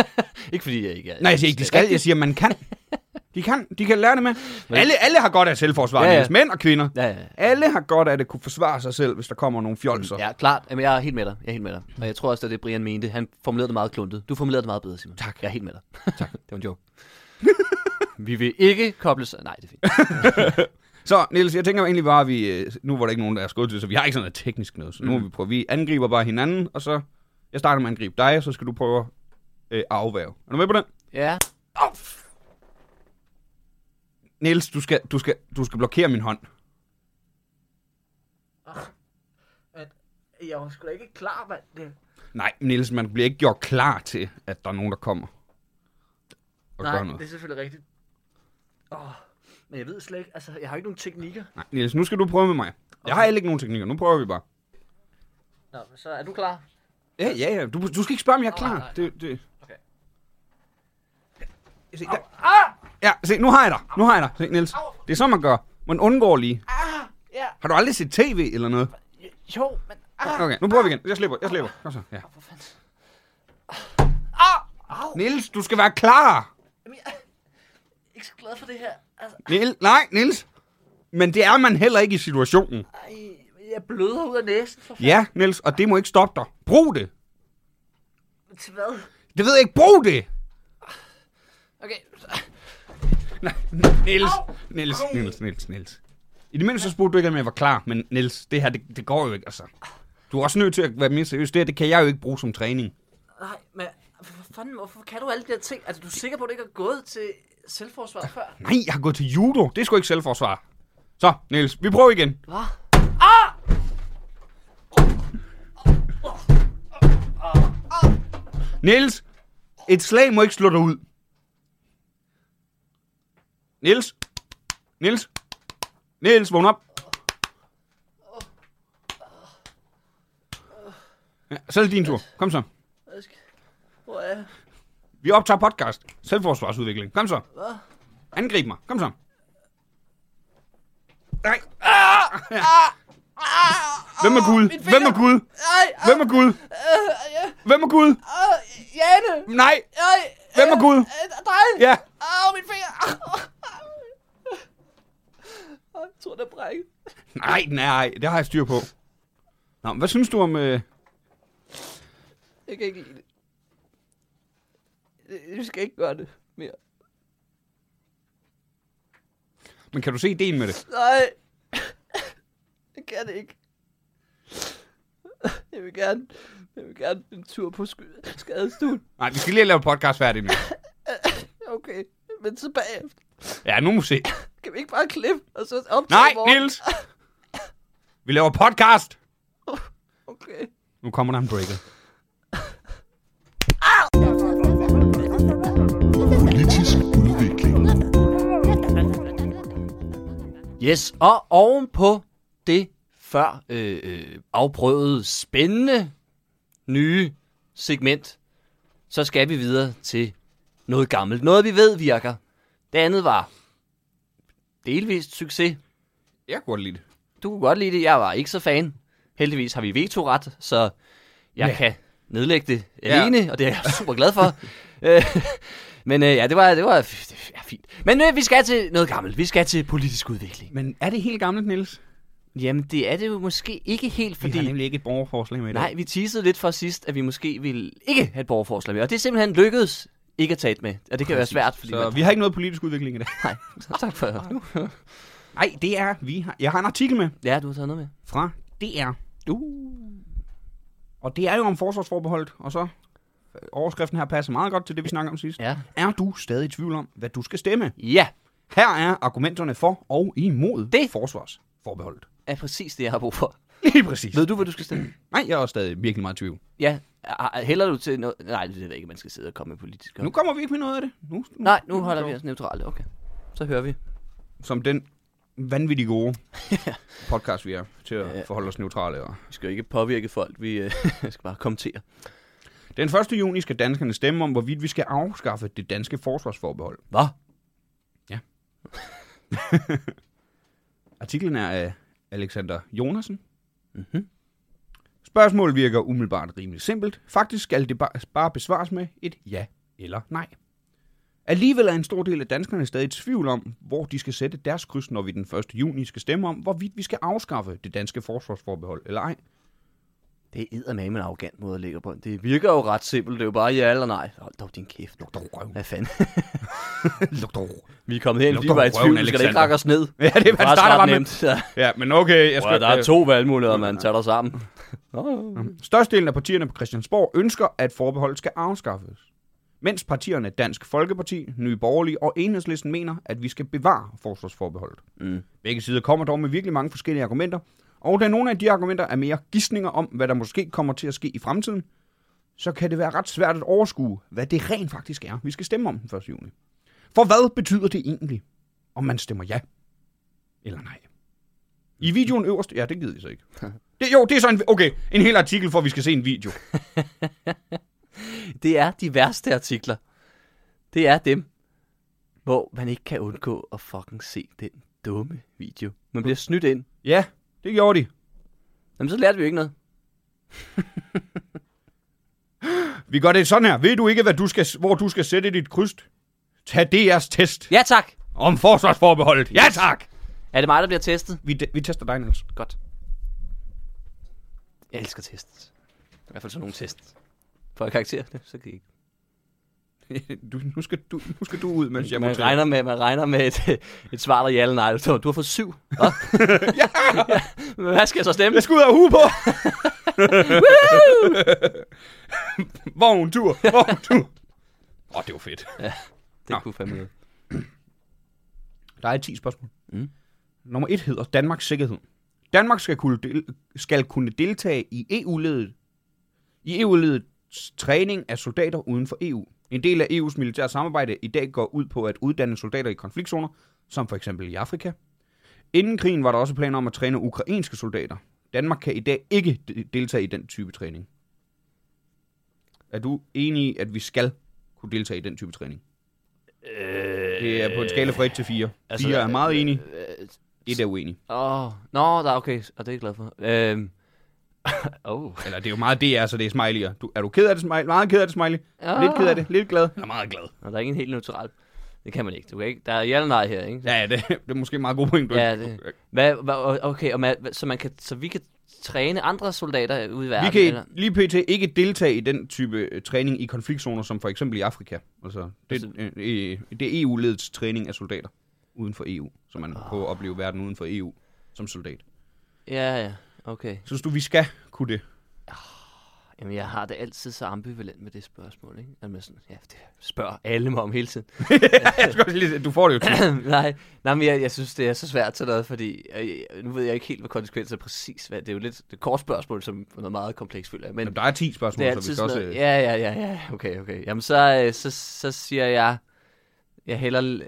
ikke fordi jeg ikke er...
Nej, jeg siger ikke, de skal. Jeg siger, man kan. De kan, de kan lære det med. Alle, alle har godt af selvforsvar,
Ja, ja.
ja, ja. mænd og kvinder.
Ja, ja, ja.
Alle har godt af det kunne forsvare sig selv, hvis der kommer nogle fjolser. Ja.
Ja, klart. Jamen, jeg er helt med dig. Jeg er helt med dig. Og jeg tror også, at det Brian mente, han formulerede det meget kluntet. Du formulerede det meget bedre, Simon. Tak. Jeg er helt med dig. Tak. det var en joke. Vi vil ikke koble sig... Nej, det er fint.
Så Niels, jeg tænker egentlig bare, at vi, øh, nu var der ikke nogen, der er skudt til, så vi har ikke sådan noget teknisk noget. Så nu mm. vi prøver. Vi angriber bare hinanden, og så... Jeg starter med at angribe dig, og så skal du prøve at øh, afværge. Er du med på den?
Ja.
Niels, du skal, du skal, du skal blokere min hånd.
øh, Jeg var sgu da ikke klar, mand. Det...
Nej, Niels, man bliver ikke gjort klar til, at der er nogen, der kommer. Og gør noget.
er selvfølgelig rigtigt. Oh, men jeg ved slet ikke, altså, jeg har ikke nogen teknikker.
Nej, Niels, nu skal du prøve med mig. Jeg har heller ikke nogen teknikker, nu prøver vi bare.
Nå, så er du klar?
Ja, ja, ja. Du, du skal ikke spørge, om jeg er klar.
nej, nej.
Det, det.
Okay.
Se, der. Ja, se, nu har jeg dig. Nu har jeg dig, se, Niels. Det er sådan, man gør. Man undgår lige.
Ja.
Har du aldrig set tv eller noget?
Jo, men...
Okay, nu prøver vi igen. Jeg slipper, jeg slipper. Kom så, ja. Niels, du skal være klar.
ikke så glad for det her. Altså,
Niels, nej, Niels. Men det er man heller ikke i situationen.
ej, jeg bløder ud af næsen. For
Ja, Niels, og det må ikke stoppe dig. Brug det.
Til hvad?
Det ved jeg ikke. Brug det.
Okay,
Nej, Niels, Niels, Niels, Niels, Niels. I det mindste så spurgte du ikke, om jeg var klar, men Niels, det her, det, det går jo ikke, altså. Du er også nødt til at være mere seriøs. Det her, det kan jeg jo ikke bruge som træning.
Nej, men for fanden, hvorfor kan du alle de der ting? Altså, du er sikker på, at du ikke har gået til selvforsvar før?
Nej, jeg har gået til judo. Det er sgu ikke selvforsvar. Så, Niels, vi prøver igen.
Hvad?
Niels, et slag må ikke slå dig ud. Niels, Niels, Niels, vågn op. Ja, så er det din tur. Kom så.
Jeg skal- Hvor er jeg?
Vi optager podcast. Selvforsvarsudvikling. Kom så. Angrib mig. Kom så. Nej. Ah! Ja. Hvem er Gud? Hvem er Gud? Hvem er Gud? Hvem er Gud?
Jane!
Nej.
Nej!
Hvem er Gud?
Dig!
Ja.
Au, min finger! Jeg tror, der brækket.
Nej, nej. Det har jeg styr på. Nå, men hvad synes du om... Øh...
Jeg kan ikke lide det. Øh, Du skal ikke gøre det mere.
Men kan du se ideen med det?
Nej! Jeg kan det ikke. Jeg vil gerne, jeg vil gerne en tur på sk- skadestuen.
Nej, vi skal lige lave podcast færdig nu.
Okay, men så bagefter.
Ja, nu må vi se.
Kan vi ikke bare klippe, og så optage
Nej,
vores-
Niels. Vi laver podcast.
Okay.
Nu kommer der en breaker.
Politisk udvikling.
Yes, og ovenpå det før øh, øh, afprøvede spændende nye segment, så skal vi videre til noget gammelt. Noget, vi ved virker. Det andet var delvist succes.
Jeg kunne godt lide det.
Du kunne godt lide det, jeg var ikke så fan. Heldigvis har vi veto-ret, så jeg
Ja.
kan nedlægge det
Ja.
alene, og det er jeg super glad for. Øh, Men øh, ja, det var, det var, ja, fint. Men øh, vi skal til noget gammelt. Vi skal til politisk udvikling.
Men er det helt gammelt, Niels?
Jamen, det er det jo måske ikke helt,
Fordi... Vi har
fordi...
nemlig ikke et borgerforslag med i dag.
Nej, vi teasede lidt for sidst, at vi måske ville ikke have et borgerforslag med. Og det er simpelthen lykkedes ikke at tage et med. Og det kan være svært, fordi...
Så
man...
vi har ikke noget politisk udvikling i dag.
Nej, så tak for det.
Nej, det er vi. Har... Jeg har en artikel med
Ja, du har taget noget med.
fra DR.
Uh.
Og det er jo om forsvarsforbeholdet, og så øh, overskriften her passer meget godt til det, vi snakker om sidst.
Ja.
Er du stadig i tvivl om, hvad du skal stemme?
Ja,
Her er argumenterne for og imod
Det-
forsvarsforbeholdet.
er præcis det, jeg har brug for.
Lige præcis.
Ved du, hvad du skal stemme?
Nej, jeg er også stadig virkelig meget i tvivl.
Ja, ah, hælder du til noget? Nej, det ved jeg ikke, at man skal sidde og komme med politisk.
Nu kommer vi ikke med noget af det. Nu, nu,
Nej, nu holder vi os neutrale, okay. Så hører vi.
Som den vanvittig gode podcast, vi er til at
Ja.
forholde os neutrale. Og
Vi skal jo ikke påvirke folk, vi øh, skal bare kommentere.
Den 1. juni skal danskerne stemme om, hvorvidt vi skal afskaffe det danske forsvarsforbehold.
Hvad?
Artiklen er af Alexander Jonasen.
Mhm.
Spørgsmålet virker umiddelbart rimelig simpelt. Faktisk skal det ba- bare besvares med et ja eller nej. Alligevel er en stor del af danskerne stadig i tvivl om, hvor de skal sætte deres kryds, når vi den 1. juni skal stemme om, hvorvidt vi skal afskaffe det danske forsvarsforbehold eller ej.
Det er med en arrogant måde at lægge på. Det virker jo ret simpelt, det er jo bare ja eller nej. Hold dog din kæft.
Luk dog røven.
Hvad fanden?
Luk dog røven.
Vi er kommet hen,
Luk
fordi vi
dog
var i tvivl.
røven,
Vi skal da ikke
Alexander.
rakke os ned.
Ja, det er
Det er
man
faktisk
starter
ret
bare med.
nemt. Ja.
Ja, men okay. Jeg skal,
Prøv, at, der er
øh,
to valgmuligheder, man tager dig sammen. Nå.
Størstedelen af partierne på Christiansborg ønsker, at forbeholdet skal afskaffes. Mens partierne Dansk Folkeparti, Nye Borgerlige og Enhedslisten mener, at vi skal bevare forsvarsforbeholdet.
Mm.
Begge sider kommer dog med virkelig mange forskellige argumenter, og da nogle af de argumenter er mere gissninger om, hvad der måske kommer til at ske i fremtiden, så kan det være ret svært at overskue, hvad det rent faktisk er, vi skal stemme om den 1. juni. For hvad betyder det egentlig, om man stemmer ja eller nej? I videoen øverst... Ja, det gider jeg så ikke. Det, jo, det er så en... Okay, en hel artikel for, at vi skal se en video.
Det er de værste artikler. Det er dem, hvor man ikke kan undgå at fucking se den dumme video. Man bliver snydt ind.
Ja, det gjorde de.
Jamen, så lærte vi jo ikke noget.
Vi gør det sådan her. Ved du ikke, hvad du skal, hvor du skal sætte dit kryds? Tag DR's test
Ja, tak.
om forsvarsforbeholdet. Ja, tak!
Er det mig, der bliver testet?
Vi, vi tester dig, Niels.
Godt. Jeg elsker tests. I hvert fald sådan nogle tests. Får jeg karakter? Ja, så kan jeg ikke.
du, nu, skal du, nu skal du ud, mens jeg
Man
monterer.
regner med, man regner med et, et svar, der ja eller nej. Du du har fået syv. Hva? ja. Men Hvad skal jeg så stemme?
Jeg skal ud og hue på! Vogntur! Vogntur! Åh, oh, det var fedt. Nå.
Det kunne fandme noget.
Der er 10 spørgsmål.
Mm.
Nummer 1 hedder Danmarks sikkerhed. Danmark skal kunne, del- skal kunne deltage i EU-ledet i EU-ledets træning af soldater uden for EU. En del af EU's militære samarbejde i dag går ud på at uddanne soldater i konfliktzoner, som for eksempel i Afrika. Inden krigen var der også planer om at træne ukrainske soldater. Danmark kan i dag ikke de- deltage i den type træning. Er du enig i, at vi skal kunne deltage i den type træning?
Øh,
Det er på en skala fra 1 til 4. Altså, 4 er meget enige, 1 er uenig.
Åh, oh, nå, der er okay, og det er jeg glad for. Øhm. oh.
Eller det er jo meget DR, så det er smiley'er. Du, er du ked af det, smiley? Meget ked af det, smiley?
Ah.
Lidt ked af det, lidt glad? Eller meget glad.
Nå, der er ingen helt neutral. Det kan man ikke. Du kan ikke. Der er ja eller nej her, ikke?
Ja, ja, det, det er måske en meget god point, du
Ja,
ikke-
det- Hvad, hvad, okay, og man, hvad- så, man kan, så vi kan træne andre soldater ude i verden?
Vi kan
eller?
lige pt. ikke deltage i den type øh, træning i konfliktzoner, som for eksempel i Afrika. Altså, det, øh, øh, det er EU-ledets træning af soldater uden for EU, så man prøver at opleve verden uden for EU som soldat.
Ja, ja, okay.
Synes du, vi skal kunne det?
Jamen, jeg har det altid så ambivalent med det spørgsmål, ikke? Altså, sådan, ja, det spørger alle mig om hele tiden.
Jeg skal også lige, se- du får det jo til.
nej, nej, men jeg, jeg synes, det er så svært sådan noget, fordi øh, nu ved jeg ikke helt, hvad konsekvenser er præcis. Hvad, det er jo lidt et kort spørgsmål, som er noget meget kompleks, føler jeg. Men
Jamen, der er 10 spørgsmål,
Det er
så vi
altid
skal
sådan
også...
noget.
øh,
Ja, ja, ja, ja. Okay, okay. Jamen, så, øh, så, så siger jeg, jeg hælder øh,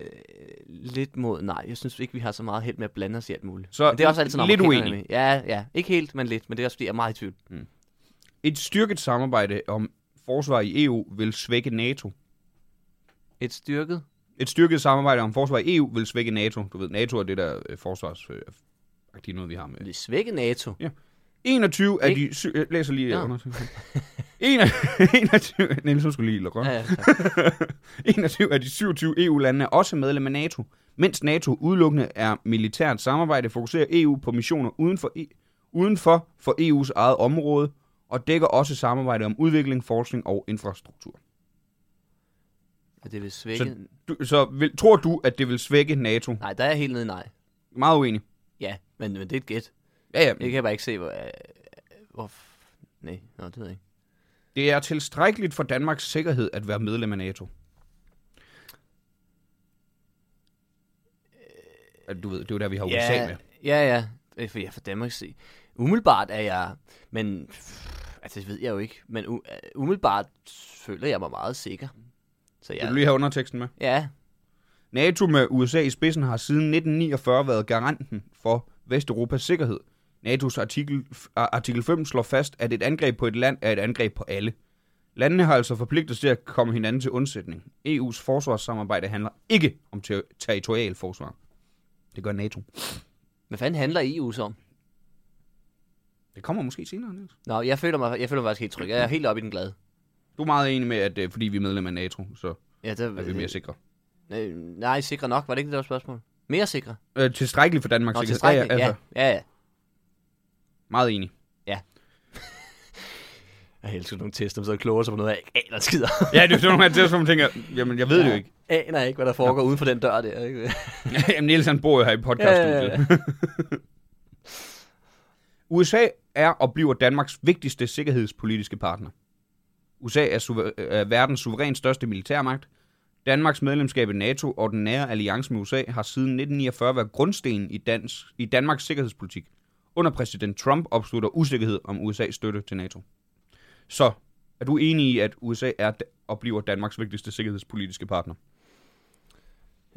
lidt mod nej. Jeg synes ikke, vi har så meget held med at blande os i alt muligt.
Så
men det er også altid, når
lidt
amerikanerne
uenig.
er med. Ja, ja. Ikke helt, men lidt. Men det er også, fordi jeg er meget i tvivl.
Et styrket samarbejde om forsvar i EU vil svække NATO.
Et styrket.
Et styrket samarbejde om forsvar i EU vil svække NATO. Du ved, NATO er det der øh, forsvars... Øh, agtige noget, vi har med.
Vi svækker NATO.
21 af
Ikke-
de... Syv, jeg læser lige øh,
Nå.
under. 21, 21, Niels, nu skulle lige lukke røven.
Ja, ja.
21 af de 27 EU-lande er også medlem af NATO, mens NATO udelukkende er militært samarbejde, fokuserer EU på missioner uden for, e- uden for, for EU's eget område, og dækker også samarbejde om udvikling, forskning og infrastruktur.
Og det vil svække...
Så, du, så vil, tror du, at det vil svække NATO?
Nej, der er jeg helt nede i nej.
Meget uenig.
Ja, men, men det er et gæt.
Ja, ja.
Jeg kan bare ikke se, hvor... øh, hvor f- nej, nå, det ved jeg ikke.
Det er tilstrækkeligt for Danmarks sikkerhed at være medlem af NATO. Øh, Du ved, det er jo der, vi har USA med.
Ja, ja. Øh, For jeg er fra Danmark se. Umiddelbart er jeg... Men... pff, Altså, det ved jeg jo ikke. Men u- øh, umiddelbart føler jeg mig meget sikker. Så
Vil
jeg...
du lige have underteksten med?
Ja,
NATO med USA i spidsen har siden 1949 været garanten for Vesteuropas sikkerhed. NATO's artikel, artikel 5 slår fast, at et angreb på et land er et angreb på alle. Landene har altså forpligtet til at komme hinanden til undsætning. EU's forsvarssamarbejde handler ikke om ter- territorial forsvar. Det gør NATO.
Hvad fanden handler EU så om?
Det kommer måske senere, Niels.
Nå, jeg føler mig, jeg føler mig faktisk helt tryg. Jeg er helt oppe i den glade.
Du er meget enig med, at øh, fordi vi er medlem af NATO, så
Ja, der,
er vi mere sikre.
Øh, nej, sikre nok. Var det ikke det, der var spørgsmål? Mere sikre?
Øh, tilstrækkeligt for Danmarks
Nå,
sikkerhed.
tilstrækkeligt.
Ja, ja, altså,
ja, ja.
meget enig.
Jeg elsker nogle tester, som så kloger sig på noget, jeg ikke aner skider.
Ja, det er sådan nogle her som man tænker, jamen jeg ved det jo ikke.
Jeg aner ikke, hvad der foregår uden for den dør der. Ikke?
Jamen, Niels han bor jo her i podcaststudiet.
Ja,
Ja,
ja,
ja, ja. USA er og bliver Danmarks vigtigste sikkerhedspolitiske partner. USA er, suver- er verdens suverænt største militærmagt. Danmarks medlemskab i NATO og den nære alliance med USA har siden 1949 været grundstenen i, dans- i Danmarks sikkerhedspolitik. Under præsident Trump opstod der usikkerhed om USA's støtte til NATO. Så er du enig i, at USA er og bliver Danmarks vigtigste sikkerhedspolitiske partner?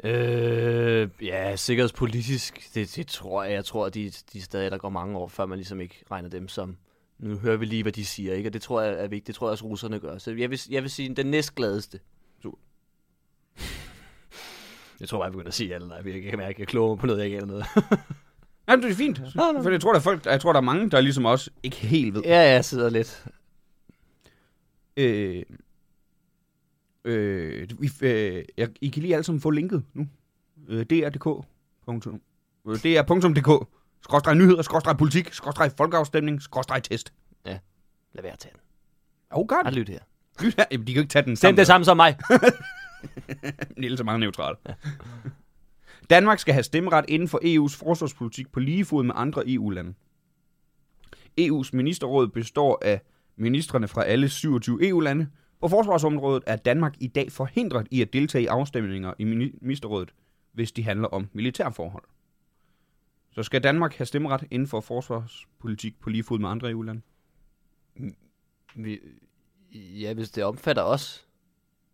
Øh, ja, sikkerhedspolitisk, det, det tror jeg. Jeg tror, at de, de er stadig, der går mange år, før man ligesom ikke regner dem som... Nu hører vi lige, hvad de siger, ikke? Og det tror jeg er vigtigt. Det tror jeg også, russerne gør. Så jeg vil, jeg vil sige, den næstgladeste.
Super.
Jeg tror bare, jeg begynder at sige alle, nej, jeg kan mærke, at jeg kloger mig på noget, jeg ikke aner noget.
Nej, men det er fint. For jeg tror, der er folk, jeg tror, der er mange, der ligesom også ikke helt ved.
ja, jeg sidder lidt.
Øh, øh, vi, øh, jeg, I kan lige alle sammen få linket nu. Øh, dr.dk. punktum- øh, dr.dk. Skråstrej nyheder, skråstrej politik, skråstrej folkeafstemning, skråstrej test.
Lad være at tage den.
Oh god.
Har lyttet her.
Lyt her. Jamen, de kan jo ikke tage den
Stem
sammen.
det samme som mig.
Niels er meget neutral. Danmark skal have stemmeret inden for EU's forsvarspolitik på lige fod med andre E EU-lande. EU's ministerråd består af ministrene fra alle 27 EU-lande. På forsvarsområdet er Danmark i dag forhindret i at deltage i afstemninger i mini- ministerrådet, hvis de handler om militærforhold. Så skal Danmark have stemmeret inden for forsvarspolitik på lige fod med andre E EU-lande?
Vi, ja, hvis det omfatter os.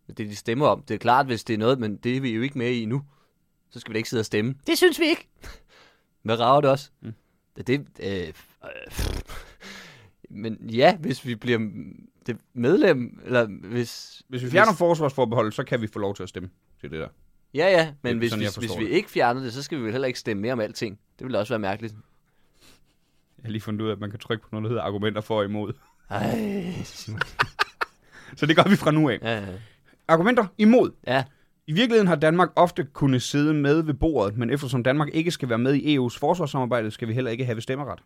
Det de stemmer om. Det er klart, hvis det er noget, men det er vi jo ikke med i nu. Så skal vi da ikke sidde og stemme. Det synes vi ikke. Hvad rager det os? Mm.
Mm.
Det, det øh, øh, men ja, hvis vi bliver det medlem, eller hvis...
Hvis vi fjerner forsvarsforbeholdet, så kan vi få lov til at stemme til det der.
Ja, ja, men
Det er
hvis,
sådan,
vi,
jeg forstår
hvis vi
det.
ikke fjerner det, så skal vi vel heller ikke stemme mere om alting. Det ville også være mærkeligt.
Jeg har lige fundet ud af, at man kan trykke på noget, der hedder argumenter for og imod.
Ej,
Så det gør vi fra nu af.
ja, ja.
Argumenter imod.
ja.
I virkeligheden har Danmark ofte kunnet sidde med ved bordet, men eftersom Danmark ikke skal være med i EU's forsvarssamarbejde, skal vi heller ikke have stemmeret.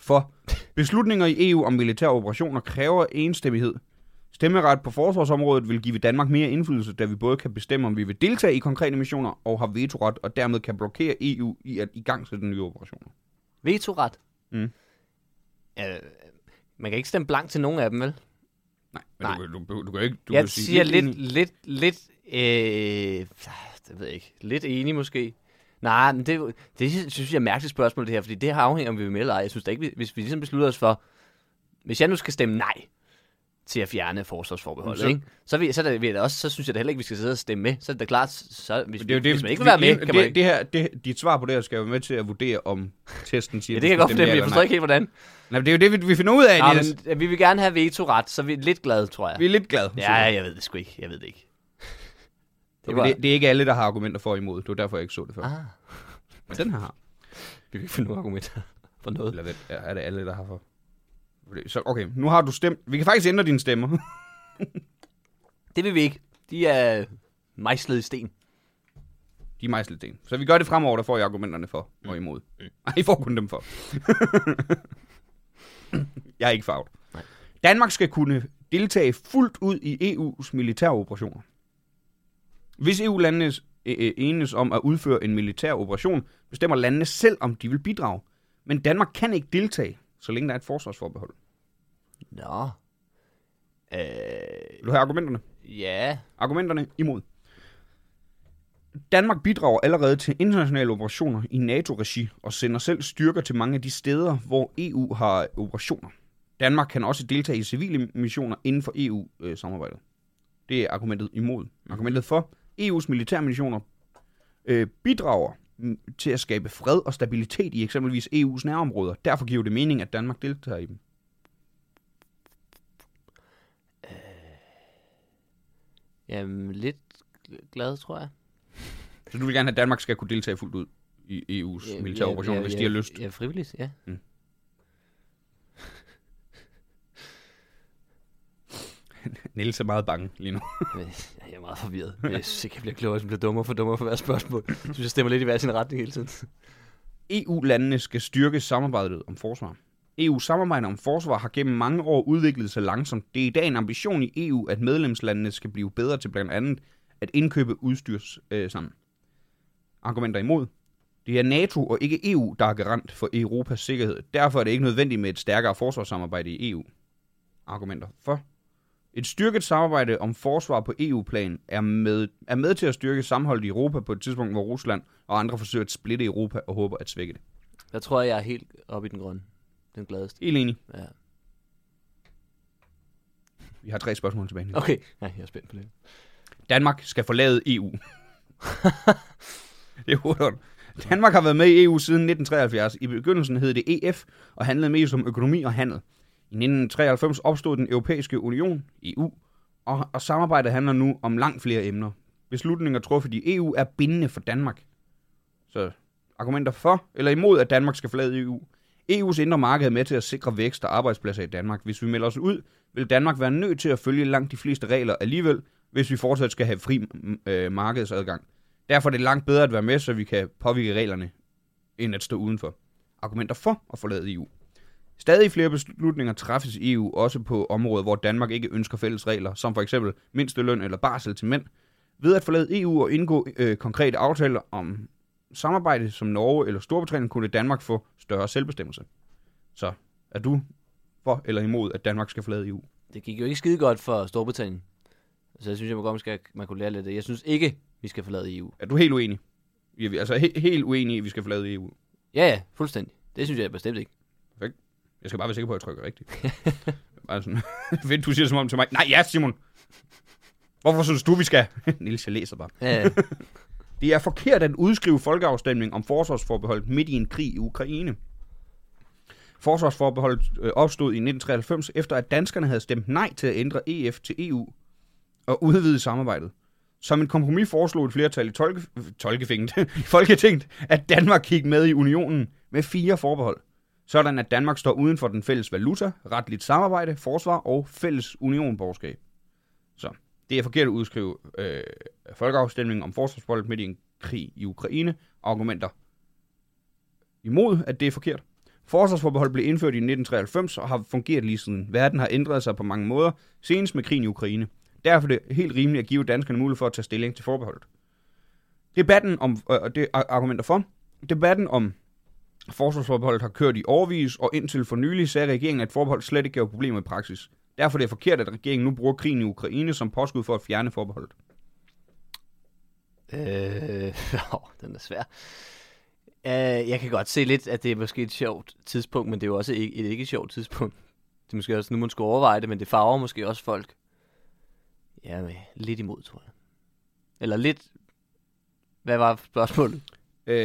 For beslutninger i EU om militære operationer kræver enstemmighed. Stemmeret på forsvarsområdet vil give Danmark mere indflydelse, da vi både kan bestemme, om vi vil deltage i konkrete missioner og har vetoret, og dermed kan blokere EU i at igangsætte nye operationer.
Vetoret.
Mm.
Øh, man kan ikke stemme blank til nogen af dem, vel?
Nej,
Nej.
men du, du, du, du kan ikke... Du
jeg
kan sige-
siger lidt, lidt, lidt, øh, det ved jeg ikke, lidt enig måske. Nej, men det, er jo- det synes jeg er et mærkeligt spørgsmål, det her, fordi det her afhænger, om vi vil med eller ej. Jeg synes da ikke, vi- hvis vi ligesom beslutter os for, hvis jeg nu skal stemme nej til at fjerne forsvarsforbeholdet, så,
Så-
ikke? så, vil, så, er det, vil jeg da også, så synes jeg da heller ikke, vi skal sidde og stemme med. Så er det da klart, så, hvis,
Men
det, det, hvis man ikke vil
vi-
være med,
det,
kan man
det,
ikke.
det her, det, dit svar på det her skal jo være med til at vurdere, om testen siger...
Ja,
du
det
skal
kan jeg godt
stemme
fornemme,
ja
jeg
eller
forstår
nej.
ikke helt, hvordan.
Nej, men det er altså- jo det, vi, vi finder ud af,
Nej,
Niels.
men øh, vi vil gerne have vetoret, så vi er lidt glade, tror jeg.
Vi er lidt glade.
Ja, jeg ved det sgu ikke. Jeg ved det ikke.
det, var... det, det er ikke alle, der har argumenter for og imod. Det var derfor, jeg ikke så det før.
Ah,
Den her har.
vi kan ikke finde nogen argumenter for noget.
Eller hvad er det alle, der har for? Så okay, nu har du stemt. Vi kan faktisk ændre dine stemmer.
Det vil vi ikke. De er mejslet i sten.
De er mejslet sten. Så vi gør det fremover, der får I argumenterne for og imod. Nej, I får kun dem for. jeg er ikke farvet. Danmark skal kunne deltage fuldt ud i EU's militære operationer. Hvis EU-landene øh, øh, enes om at udføre en militær operation, bestemmer landene selv, om de vil bidrage. Men Danmark kan ikke deltage, så længe der er et forsvarsforbehold.
Nå. Øh,
Vil du have argumenterne?
ja.
Argumenterne imod. Danmark bidrager allerede til internationale operationer i NATO-regi og sender selv styrker til mange af de steder, hvor EU har operationer. Danmark kan også deltage i civile missioner inden for EU-samarbejdet. Det er argumentet imod. Argumentet for EU's militære missioner øh, bidrager mm, til at skabe fred og stabilitet i eksempelvis EU's nærområder. Derfor giver det mening, at Danmark deltager i dem.
Jamen, lidt glad, tror jeg.
Så du vil gerne have, at Danmark skal kunne deltage fuldt ud i EU's
Ja,
militære
ja,
operationer,
ja,
hvis
ja,
de har lyst.
Ja, frivilligt, ja.
Niels er meget bange lige nu.
Men Jeg er meget forvirret. Men Jeg synes ikke, jeg bliver klogere, som bliver dummere for dummere for hver spørgsmål. Jeg synes, jeg stemmer lidt i hver sin retning hele tiden.
EU-landene E skal styrke samarbejdet om forsvar. EU-samarbejdet om forsvar har gennem mange år udviklet sig langsomt. Det er i dag en ambition i EU, at medlemslandene skal blive bedre til blandt andet at indkøbe udstyr øh, sammen. Argumenter imod. Det er NATO og ikke EU, der er garant for Europas sikkerhed. Derfor er det ikke nødvendigt med et stærkere forsvarssamarbejde i EU. Argumenter for. Et styrket samarbejde om forsvar på EU-plan er med, er med til at styrke samholdet i Europa på et tidspunkt, hvor Rusland og andre forsøger at splitte Europa og håber at svække det.
Jeg tror, jeg er helt oppe i den grønne. Den gladeste.
Helt enig.
Ja.
Vi har tre spørgsmål tilbage. Okay.
Okay. Nej, jeg er spændt på det.
Danmark skal forlade EU. det er hurtigt. Danmark har været med i EU siden 1973. I begyndelsen hed det EF og handlede mest om økonomi og handel. I 1993 opstod den Europæiske Union, EU, og, og samarbejdet handler nu om langt flere emner. Beslutninger truffet i EU er bindende for Danmark. Så argumenter for eller imod, at Danmark skal forlade E EU. EU's indre marked er med til at sikre vækst og arbejdspladser i Danmark. Hvis vi melder os ud, vil Danmark være nødt til at følge langt de fleste regler alligevel, hvis vi fortsat skal have fri m- øh, markedsadgang. Derfor er det langt bedre at være med, så vi kan påvirke reglerne, end at stå udenfor. Argumenter for at forlade EU. Stadig flere beslutninger træffes i EU, også på områder, hvor Danmark ikke ønsker fælles regler, som for eksempel mindsteløn eller barsel til mænd. Ved at forlade EU og indgå øh, konkrete aftaler om samarbejde som Norge eller Storbritannien, kunne Danmark få større selvbestemmelse. Så er du for eller imod, at Danmark skal forlade E EU?
Det gik jo ikke skide godt for Storbritannien. Så jeg synes, jeg må godt, man, skal, man kunne lære lidt af det. Jeg synes ikke, vi skal forlade E EU.
Er du helt uenig? Ja, vi er altså he- helt uenige i, at vi skal forlade E EU.
Ja, ja, fuldstændig. Det synes jeg bestemt ikke.
Jeg skal bare være sikker på, at jeg trykker rigtigt. bare sådan, fedt, du siger som om til mig. Nej, ja, Simon. Hvorfor synes du, vi skal? Niels, jeg læser bare.
Ja, ja.
Det er forkert at udskrive folkeafstemning om forsvarsforbeholdet midt i en krig i Ukraine. Forsvarsforbeholdet øh, opstod i 1993, efter at danskerne havde stemt nej til at ændre EF til EU og udvide samarbejdet. Som en kompromis foreslog et flertal i tolke, tolkefinget, Folketinget, at Danmark gik med i unionen med fire forbehold. Sådan at Danmark står uden for den fælles valuta, retligt samarbejde, forsvar og fælles unionborgerskab. Så det er forkert at udskrive øh, folkeafstemning om forsvarsforholdet midt i en krig i Ukraine. Argumenter imod, at det er forkert. Forsvarsforbeholdet blev indført i 1993 og har fungeret lige siden. Verden har ændret sig på mange måder, senest med krigen i Ukraine. Derfor er det helt rimeligt at give danskerne mulighed for at tage stilling til forbeholdet. Debatten om, øh, og det er argumenter for, debatten om forsvarsforbeholdet har kørt i årvis, og indtil for nylig sagde regeringen, at forbeholdet slet ikke gav problemer i praksis. Derfor er det forkert, at regeringen nu bruger krigen i Ukraine som påskud for at fjerne forbeholdet.
Øh, åh, den er svær. Øh, jeg kan godt se lidt, at det er måske et sjovt tidspunkt, men det er jo også ikke, et ikke sjovt tidspunkt. Det er måske også, nu man skal overveje det, men det farver måske også folk. Ja, men lidt imod, tror jeg. Eller lidt... Hvad var spørgsmålet?
Øh,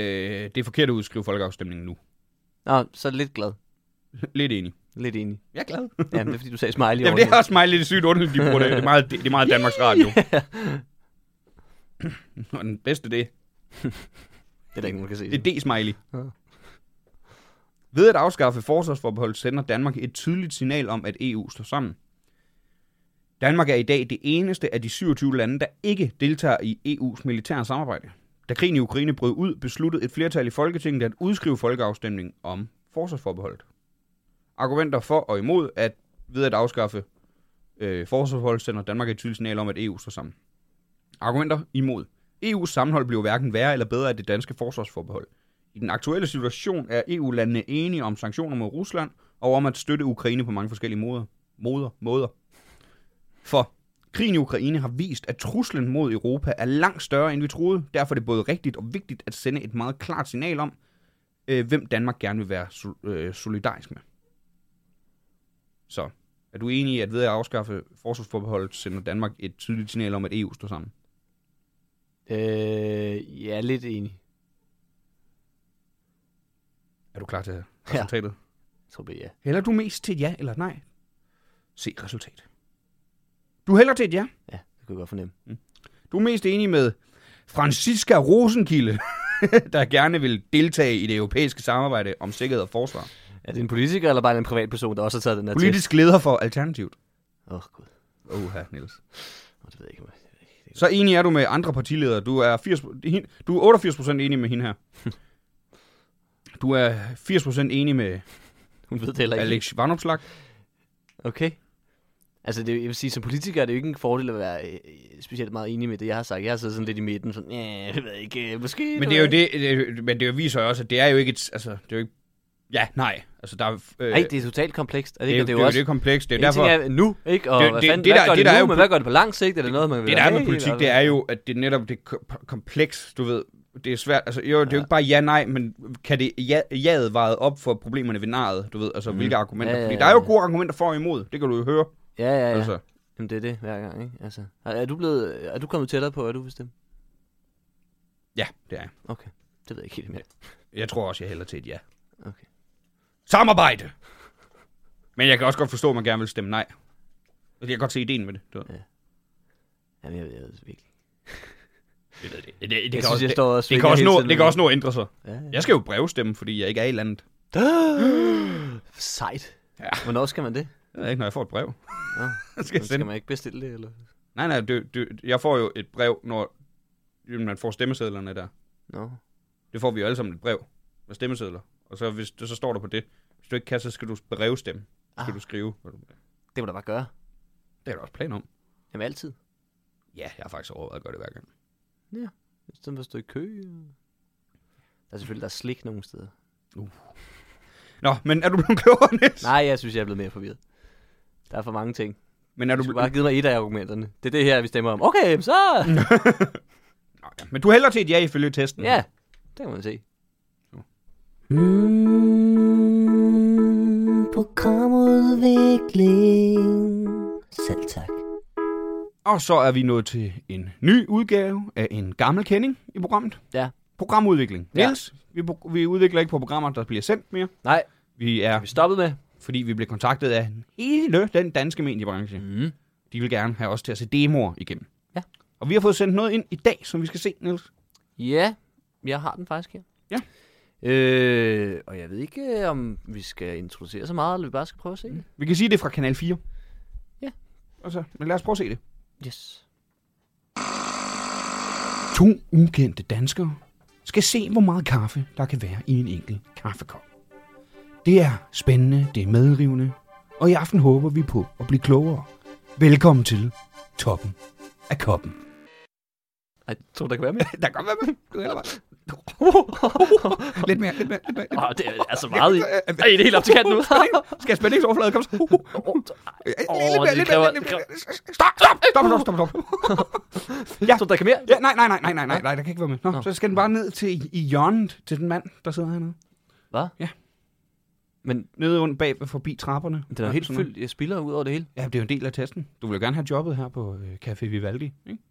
det er forkert at udskrive folkeafstemningen nu.
Nå, så lidt glad.
Lidt enig.
Lidt enig.
Jeg er glad.
Jamen, det er fordi, du sagde smiley
Jamen, det er også mig lidt sygt underligt, de bruger det. Det er meget, det, det er meget Danmarks Radio. Og den bedste, det,
det er der ikke nogen, der kan se.
det er D-smiley. Ved at afskaffe forsvarsforbeholdet sender Danmark et tydeligt signal om, at EU står sammen. Danmark er i dag det eneste af de 27 lande, der ikke deltager i EU's militære samarbejde. Da krigen i Ukraine brød ud, besluttede et flertal i Folketinget at udskrive folkeafstemning om forsvarsforbeholdet. Argumenter for og imod, at ved at afskaffe øh, forsvarsforbeholdet sender Danmark et tydeligt signal om, at EU står sammen. Argumenter imod. EU's E sammenhold blev hverken værre eller bedre af det danske forsvarsforbehold. I den aktuelle situation er EU-landene enige om sanktioner mod Rusland og om at støtte Ukraine på mange forskellige måder. Måder, måder. For krigen i Ukraine har vist, at truslen mod Europa er langt større, end vi troede. Derfor er det både rigtigt og vigtigt at sende et meget klart signal om, øh, hvem Danmark gerne vil være sol- øh, solidarisk med. Så er du enig i, at ved at afskaffe forsvarsforbeholdet, sender Danmark et tydeligt signal om, at EU står sammen?
Øh, jeg er lidt enig.
Er du klar til
Ja.
resultatet? Ja.
Jeg tror jeg, ja.
Hælder du mest til et ja eller et nej? Se resultat. Du hælder til et ja.
Ja, det kunne jeg godt fornemme.
Du er mest enig med Franziska Rosenkilde, der gerne vil deltage i det europæiske samarbejde om sikkerhed og forsvar.
Er det en politiker eller bare en privatperson, der også har taget den her test?
Politisk leder for Alternativet.
Åh, oh, gud.
Oha, Niels.
Oh, det ved jeg ikke, hvad-
Så enig er du med andre partiledere. Du er, 80, det er hende- du er 88% enig med hende her. Du er 80% enig med
Hun ved det heller ikke.
Alex Vanopslag.
Okay. Altså, det, er jo- jeg vil sige, som politiker er det jo ikke en fordel at være øh, øh, specielt meget enig med det, jeg har sagt. Jeg har siddet sådan lidt i midten, sådan, ja, jeg ved ikke, øh, måske...
Men det er jo det, det, men det viser jo også, at det er jo ikke et, altså, det er jo ikke, ja, nej, altså der er, øh,
Nej, det er totalt komplekst. Er det,
det,
ikke,
jo- det, er
og det er jo også...
det kompleks. Det er
en
derfor,
ting er nu, ikke? Og
Det-
det, hvad
det-
fanden,
det
hvad
der-
gør
det
det,
der er
nu,
jo
men hvad gør det på lang sigt? Er altså. det noget, man vil
det der er med
være med i,
politik,
eller
det
hvad?
er jo, at det netop det er ko- kompleks, du ved, det er svært, altså jo, det er jo
Ja.
ikke bare ja, nej, men kan det ja, jaet vejet op for problemerne ved naret, du ved, altså mm. hvilke argumenter,
Mhm. Ja, ja,
fordi
ja,
der er jo
ja.
gode argumenter for og imod, det kan du jo høre,
Ja, ja, ja.
altså,
Jamen, det er det hver gang, ikke? Altså, er, er du blevet... Er du kommet tættere på, er du bestemt?
ja, det er jeg.
Okay, det ved jeg ikke helt mere.
Jeg tror også, jeg hælder til et ja.
Okay.
Samarbejde! Men jeg kan også godt forstå, at man gerne vil stemme nej. Altså, Jeg kan godt se ideen med det. Du ved.
Jamen, jeg ved jeg ved det virkelig.
Det, ved jeg ikke. det, det, det, kan
Jeg synes,
også,
jeg
det,
står og
det,
svinger
kan også
hele
nå,
tiden.
det kan også nå at ændre sig.
Ja, ja.
Jeg skal jo brevstemme, fordi jeg ikke er i landet.
Sejt.
Ja.
Hvornår skal man det?
Jeg ved ikke, når jeg får et brev.
Nå,
skal jeg
skal
sende.
man ikke bestille det, eller?
Nej, nej, du, du, jeg får jo et brev, når man får stemmesedlerne der.
Nå.
Det får vi jo alle sammen et brev med stemmesedler. Og så, hvis, det- så står der på det. Hvis du ikke kan, så skal du brevstemme. Så skal
Ah.
du skrive. hvad du- Det
Det må du bare gøre.
er der også plan om.
Jamen, altid.
Ja, jeg har faktisk overvejet at gøre det hver gang.
I stedet for at stå i kø. øh. Der er selvfølgelig der er slik nogle steder.
Nå, men er du blevet klogere, Niels?
Nej, jeg synes, jeg er blevet mere forvirret. Der er for mange ting.
Men er
Du
du,
skulle bare have givet mig et af argumenterne. Det er det her, vi stemmer om. Okay, så...
Nå, ja. Men du hælder til et ja ifølge testen.
Ja, det kan man se.
Mm, programudvikling. Selv tak.
Og så er vi nået til en ny udgave af en gammel kending i programmet.
Ja.
Programudvikling.
Ja.
Niels, vi, pro- vi udvikler ikke på programmer, der bliver sendt mere.
Nej,
Vi er,
vi stoppede med.
fordi vi blev kontaktet af hele den danske mediebranche.
Mm.
De vil gerne have os til at se demoer igennem.
Ja.
Og vi har fået sendt noget ind i dag, som vi skal se, Niels.
Ja, jeg har den faktisk her.
Ja.
Øh, og jeg ved ikke, øh, om vi skal introducere så meget, eller vi bare skal prøve at se det.
Vi kan sige det er fra Kanal 4.
Ja.
Og så, men lad os prøve at se det.
Yes.
To ukendte danskere skal se, hvor meget kaffe der kan være i en enkelt kaffekop. Det er spændende, det er medrivende, og i aften håber vi på at blive klogere. Velkommen til Toppen af Koppen.
Ej, tror du, der kan være mere?
Der kan godt være med. Du hælder bare. lidt mere, lidt mere, lidt mere.
Åh, det er altså meget i. Ej, det er helt op til kanten nu.
Skal jeg spænde ikke overflade? Kom så. Lidt mere,
det
lidt
kræver-
mere, lidt mere. Stop, stop, stop, stop, stop, stop.
Ja. Tror du, der kan mere?
Ja, nej, nej, nej, nej, nej, nej, nej, der kan ikke være med. Nå, så skal den bare ned til i hjørnet til den mand, der sidder hernede.
Hvad?
Ja.
Men
Nede under bag forbi trapperne.
den er jo helt
Sådan noget.
fyldt. Jeg spiller ud over det hele.
Ja, det er jo en del af testen. Du vil jo gerne have jobbet her på øh, Café Vivaldi, ikke?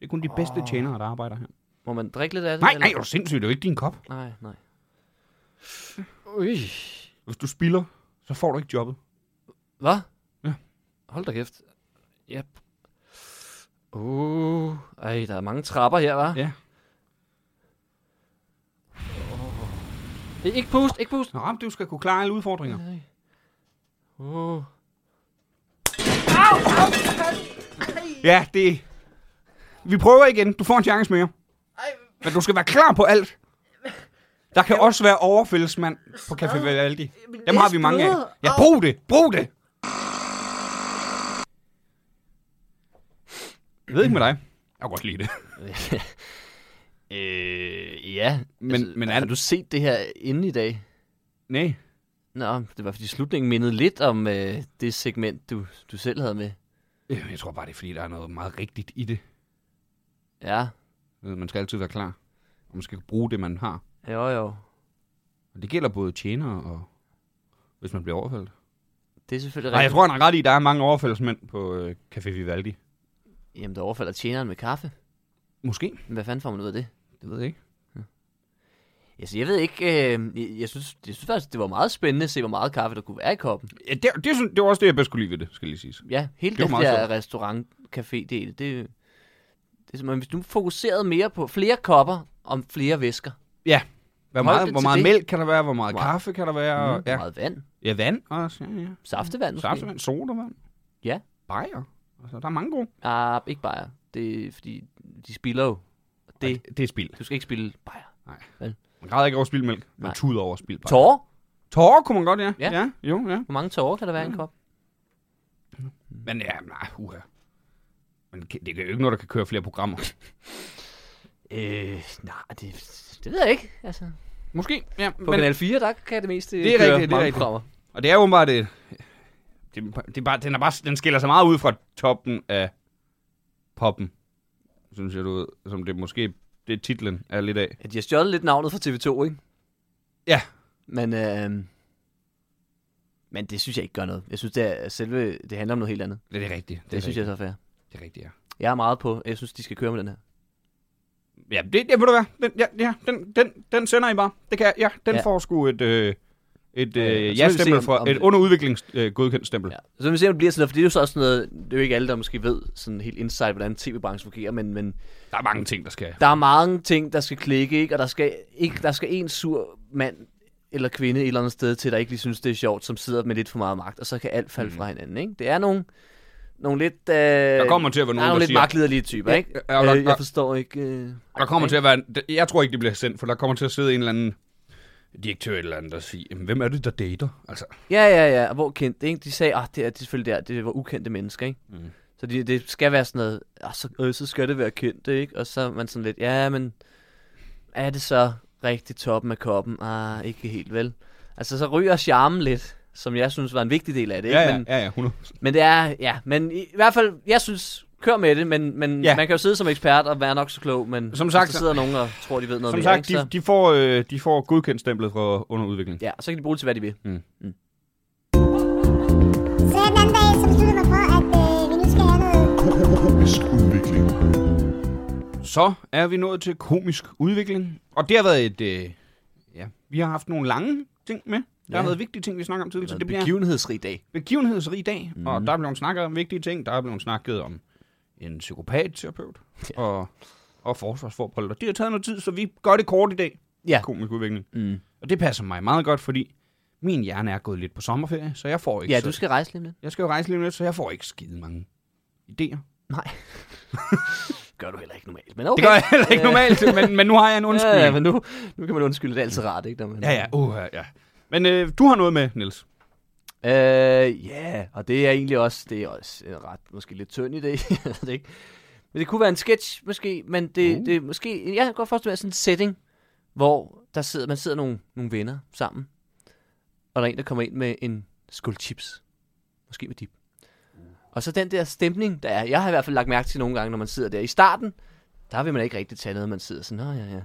Det er kun de bedste
Åh.
tjenere, der arbejder her.
Må man drikke lidt af det?
Nej,
eller?
nej, er du sindssygt, det er jo ikke din kop.
Nej, nej. Ui.
Hvis du spiller, så får du ikke jobbet.
Hvad?
Ja.
Hold da kæft. Yep. Uh, ej, der er mange trapper her, hva'?
Ja.
Ikke pust, ikke pust.
Nå, men du skal kunne klare alle udfordringer.
Oh.
Ja, det... Vi prøver igen. Du får en chance mere. Men du skal være klar på alt. Der kan også være overfældes, mand, på Café Vivaldi. Dem har vi mange af. Ja, brug det! Brug det! Jeg ved ikke med dig. Jeg kan godt lide det.
øh, ja.
Men-
altså,
men er
har
det-
du set det her inden i dag?
Nej.
Nå, det var fordi slutningen mindede lidt om øh, det segment, du, du selv havde med.
Øh, Jeg tror bare, det er fordi, der er noget meget rigtigt i det.
Ja,
Øh, Man skal altid være klar. Og man skal bruge det, man har.
jo jo.
Og det gælder både tjenere og hvis man bliver overfaldet.
Det er selvfølgelig
Nej, jeg
rigtigt.
tror, han har ret i, at der er mange overfaldsmænd på øh, Café Vivaldi.
Jamen, der overfalder tjeneren med kaffe.
Måske.
Men Hvad fanden får man ud af det?
Det ved jeg ikke.
Altså, jeg ved ikke, øh, jeg, jeg, synes, jeg synes faktisk, det var meget spændende at se, hvor meget kaffe der kunne være i koppen.
Ja, det, det, synes- det var også det, jeg bedst kunne lide ved det, skal lige siges.
Ja, hele
Det var
det, det
meget
der restaurant-café-del, det, det er som om, hvis du fokuserede mere på flere kopper om flere væsker.
Hvor
Hold
meget,
det
hvor
til
meget
det.
mælk kan der være? Hvor meget
Wow.
kaffe kan der være?
Mm,
Mm, ja.
Meget vand.
ja, vand også. Ja, ja.
Saftevand måske.
Saftevand, sodavand.
Ja.
Bajer. Altså, der er mange gode.
Ah, ikke bajer. Det er fordi, de spiller jo. Og Det,
Ej, det er spild.
du skal ikke spille bajer.
Man græder ikke over spildmælk. Man
Nej.
tuder over spildbajer.
Tårer?
Tårer kunne man godt, ja.
Ja.
jo, ja.
Hvor mange tårer kan der være i en kop?
Men ja, nej, uha. Men det er jo ikke noget, der kan køre flere programmer.
Øh, nej, det, det ved jeg ikke. Altså,
Måske, ja.
på men, Kanal 4, der kan det meste
Det er
køre
rigtigt, det er
mange
rigtigt.
programmer.
Og det er jo bare det... det, det er bare, den, er bare, den skiller sig meget ud fra toppen af poppen, synes jeg, du ved, som det måske det titlen er lidt af.
Ja, de har stjålet lidt navnet fra TV2, ikke?
Ja.
Men, øh, men det synes jeg ikke gør noget. Jeg synes, det, er, selve, det handler om noget helt andet. Det,
Det er det rigtige. Det, er
det synes jeg
rigtigt.
er så fair.
Det er rigtigt, ja.
Jeg er meget på, jeg synes, de skal køre med den her.
Ja, det, ja, ved du hvad? Den, ja, ja, den, den, den sender I bare. Det kan jeg. Ja, den
Ja.
ja. får sgu et, øh, et øh,
Ja, og så må vi se,
ja-stempel
om- om
fra, et
det-
underudviklingsgodkendt øh, godkendt stempel.
Ja. Så vi ser, om det bliver sådan noget, for det er jo så også noget, det er jo ikke alle, der måske ved sådan helt insight, hvordan tv-branchen fungerer, men, men
Der er mange ting, der skal...
der er mange ting, der skal klikke, ikke? og der skal, ikke, der skal en sur mand eller kvinde et eller andet sted til, der ikke lige synes, det er sjovt, som sidder med lidt for meget magt, og så kan alt falde mm. fra hinanden. Ikke? Det er nogle, nogle lidt... Øh,
Der kommer til at være
der
nogen,
er
der
nogle lidt
siger-
magtliderlige typer,
Ja,
ikke?
ja, og der-
øh, jeg
der-
forstår ikke... Øh,
Der kommer til at være... en- Jeg tror ikke, det bliver sendt, for der kommer til at sidde en eller anden direktør eller andet, der siger, "Jamen, hvem er det, der dater? Altså,
Ja, ja, ja, og hvor kendt, ikke? De sagde, at det er det er selvfølgelig der, det var ukendte mennesker, ikke? Mm. Så det, det skal være sådan noget, "Ah, så, øh, så skal det være kendt, ikke? Og så er man sådan lidt, ja, men er det så rigtig toppen af koppen? Ah, ikke helt vel. Altså, så ryger charmen lidt, som jeg synes var en vigtig del af det, ikke?
ja, ja,
Men,
ja, ja, 100.
men det er, ja, men i, i hvert fald, jeg synes, kør med det, men, men ja.
Ja.
man kan jo sidde som ekspert og være nok så klog, men
Som sagt,
hvis der sidder nogen og tror, de ved noget
Som
mere,
sagt,
ikke?
de,
Så,
de, får, øh, de får godkendt stemplet fra underudvikling.
ja, så kan de bruge det til, hvad de vil.
Så den anden dag, så besluttede jeg mig for, at øh, vi nu skal have noget
Komisk udvikling.
Så er vi nået til komisk udvikling. Og det har været et... Øh, ja, vi har haft nogle lange ting med. Der har
Ja.
været vigtige ting, vi snakker om tidligere. så
Det
Det
bliver
bliver
en begivenhedsrig dag.
begivenhedsrig dag, mm.
Mhm.
og der er blevet snakket om vigtige ting. Der er blevet snakket om en psykopat-terapeut ja. og, og forsvarsforbehold. Og det har taget noget tid, så vi gør det kort i dag.
Ja.
Komisk udvikling.
Mm.
Og det passer mig meget godt, fordi min hjerne er gået lidt på sommerferie, så jeg får ikke
Ja,
så,
du skal rejse lige om lidt.
jeg skal jo rejse lige nu, så jeg får ikke skide mange idéer.
Nej. gør du heller ikke normalt, men okay.
Det gør jeg heller ikke normalt, men, men nu har jeg en undskyldning.
Ja, ja, men nu, nu kan man undskylde, det er altid rart, ikke? Når man,
Ja, ja, uh, ja. Men øh, du har noget med, Niels.
Øh, ja, og det er egentlig også, det er også en ret, måske lidt tynd idé, jeg ved det ikke? Men det kunne være en sketch, måske, men det, uh. det er måske, jeg kan godt forestille mig sådan en setting, hvor der sidder, man sidder nogle, nogle venner sammen, og der er en, der kommer ind med en skål chips. Måske med dip. Og så den der stemning, der er, jeg har i hvert fald lagt mærke til nogle gange, når man sidder der i starten, der vil man ikke rigtig tage noget, man sidder sådan, Nå, ja, ja.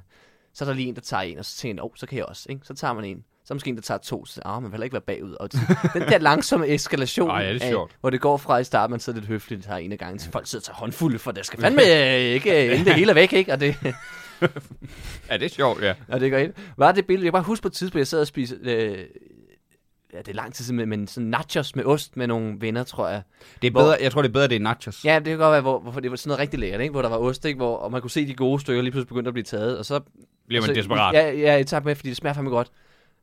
Så er der lige en, der tager en, og så tænker man, oh, så kan jeg også, ikke? Så tager man en. Så er der måske en, der tager to, så siger, ah, man vil heller ikke være bagud. Og det- den der langsomme eskalation,
Ej, ja, det er sjovt.
hvor det går fra i starten, man sidder lidt høfligt, tager en af gangen, til folk sidder og tager håndfulde, for der skal fandme øh, ikke øh, inden det hele er væk, ikke? Og det,
Ja, det er sjovt, ja.
og det går ind. Var det billede, jeg kan bare husker på et tidspunkt, jeg sad og spiste, øh, ja, det er lang tid siden, men- men sådan nachos med ost med nogle venner, tror jeg.
Det er
Hvor-
bedre, jeg tror, det er bedre, det er nachos.
Ja, det kan godt være, hvor, hvorfor det var sådan noget rigtig lækkert, ikke? Hvor der var ost, ikke? Hvor, og man kunne se de gode stykker lige pludselig begyndte at blive taget, og så...
Bliver man
så,
desperat.
Ja, ja, i takt med, fordi det smager fandme godt.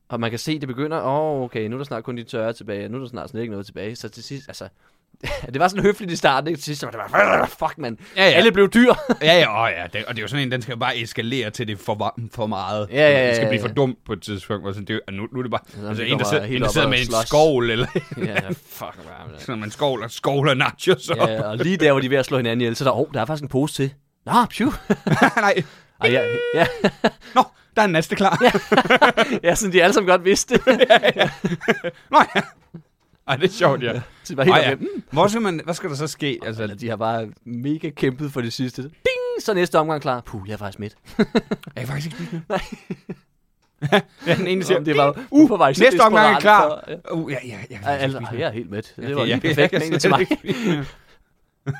Og man kan se, det begynder, åh, oh, okay, nu er der snart kun de tørre tilbage, og nu er der snart slet ikke noget tilbage. Så til sidst, altså, det var sådan høfligt i starten, ikke? Til sidst, så var det bare, fuck, mand.
Ja,
Ja. Alle blev dyr.
ja, ja, åh, ja. Det, og det er jo sådan en, den skal jo bare eskalere til det for, va- for meget.
Ja, ja, ja,
Det skal
ja,
blive
ja.
for dumt på et tidspunkt. hvor sådan, det, er- nu, nu er det bare...
vi
altså, en,
kommer
der sidder,
helt
en, der
op
sidder
og
med en
slås.
skovl, eller
ja, fuck, man.
sådan, man skovler, skovler nachos op.
Ja, og lige der, hvor de er ved at slå hinanden ihjel, så er der, oh, der er faktisk en pose til. Nå, pju.
Nej,
Ej, ja, ja,
nå, der er en næste klar.
ja, sådan de alle sammen godt vidste.
Nå ja. Ej, det er sjovt, ja.
Så det var helt
Ej,
Ej,
ja. Hvor skal man, hvad skal der så ske? Altså,
Altså, de har bare mega kæmpet for det sidste. Ding! Så næste omgang klar. Puh, jeg er faktisk midt.
jeg kan faktisk ikke spise mere.
Nej.
ja, den ene siger,
Jamen, det var uh, på vej så
næste omgang er
desperat
klar.
for- ja.
Uh, ja, ja, jeg kan
Ej,
faktisk ikke
altså,
spise
ej,
mere.
jeg er helt midt. Det
Ja, ja,
var lige
ja, jeg
perfekt ja,
kan
en til mig.
slet ikke spise mere.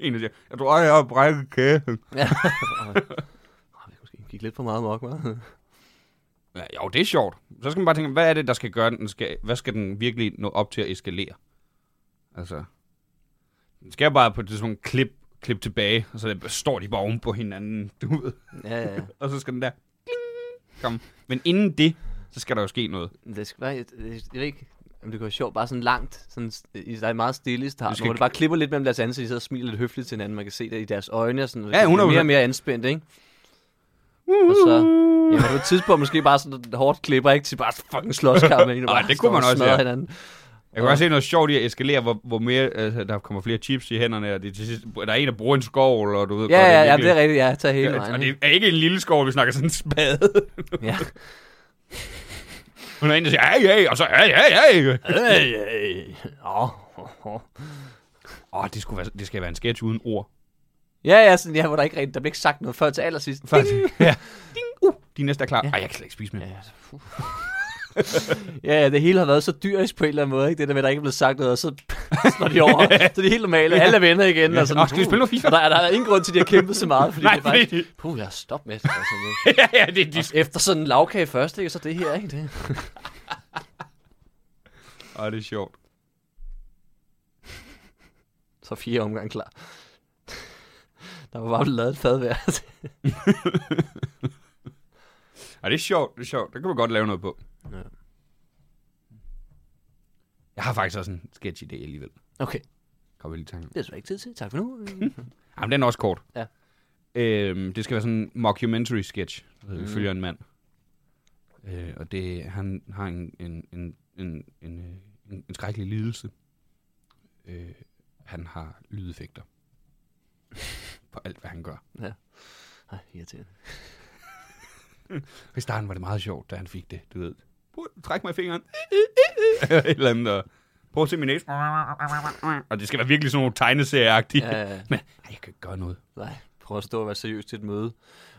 en, der siger, jeg tror, jeg har brækket kæden.
Ja. Åh, det måske gik lidt for meget mok, hva'?
Ja, jo, det er sjovt. Så skal man bare tænke, hvad er det, der skal gøre den? Skal, hvad skal den virkelig nå op til at eskalere? Altså, den skal bare på et tidspunkt klip, klip tilbage, og så står de bare oven på hinanden, du ved.
Ja, ja.
Og så skal den der, kling, komme. Men inden det, så skal der jo ske noget.
Men Det skal være, jeg, jeg, jeg ved ikke, om det kunne være sjovt, bare sådan langt, sådan, s- i der er en meget stille
Du
start,
skal
hvor det
ikke-
bare klipper lidt mellem deres ansigt, de sidder og smiler lidt høfligt til hinanden, man kan se det i deres øjne, og sådan, og det
Ja,
bliver
100%.
mere og mere anspændt, ikke? Og så, ja, på et tidspunkt måske bare sådan et hårdt klipper, ikke? Til bare fucking slåskamp, ikke?
Nej, det kunne man også, ja.
ja. hinanden.
Jeg kan også se noget sjovt i at eskalere, hvor, hvor mere, altså, der kommer flere chips i hænderne, og det, til sidst- der er en, der bruger en skovl, og du ved
Ja,
godt,
ja, ja,
virkelig-
det er rigtigt, ja, tag hele
og
vejen.
det
ikke?
er ikke en lille skovl, vi snakker sådan en spade.
Ja.
Hun er en, der siger, hey, hey, og så, hey, hey, hey.
Hey, hey. Åh, åh, åh.
Åh, oh, det, skulle være, det skal være en sketch uden ord.
Ja, ja, sådan, ja, hvor der ikke rent, der blev ikke sagt noget før til allersidst.
Faktisk. ja. Ding, uh, de næste er klar. Ja. Ej, jeg kan slet ikke spise mere.
Ja, altså, puh. ja, ja, det hele har været så dyrisk på en eller anden måde, ikke? Det der med, at der ikke er blevet sagt noget, og så slår de over. så det er helt normalt, og alle er venner igen. Og sådan, uh.
Nå, skal vi spille noget FIFA?
Og der, er- der er ingen grund til, at de har kæmpet så meget, fordi
Nej,
det er faktisk...
fordi-
Puh, lad os stoppe med det. Altså, det.
Ja, ja, det, de...
Efter sådan en lavkage først, ikke? Og så det her, ikke? Det.
Åh, det er sjovt.
Så fire omgang klar. Der var bare blevet lavet et fad hver.
Ej, det er sjovt, det er sjovt. Det kan man godt lave noget på.
Ja.
Ja. Jeg har faktisk også en sketch-idé alligevel.
Okay,
Kom jeg lige i tanke.
det er så ikke tid til. Tak for nu.
Jamen, den er også kort.
Ja.
Øhm, det skal være sådan en mockumentary sketch. Vi mm. følger en mand. Øh, og det, han har en, en, en, en, en, øh, en, en skrækkelig lidelse. Øh, han har lydeffekter. på alt, hvad han gør.
Ej, irriterende.
I starten var det meget sjovt, da han fik det, du ved. Prøv, træk mig i fingeren. Et eller andet. og Prøv at se min næse. Og det skal være virkelig sådan nogle tegneserieagtige.
Ja, ja, ja.
Men ej, jeg kan ikke gøre noget.
Øh, Nej, prøv at stå og være seriøs til et møde.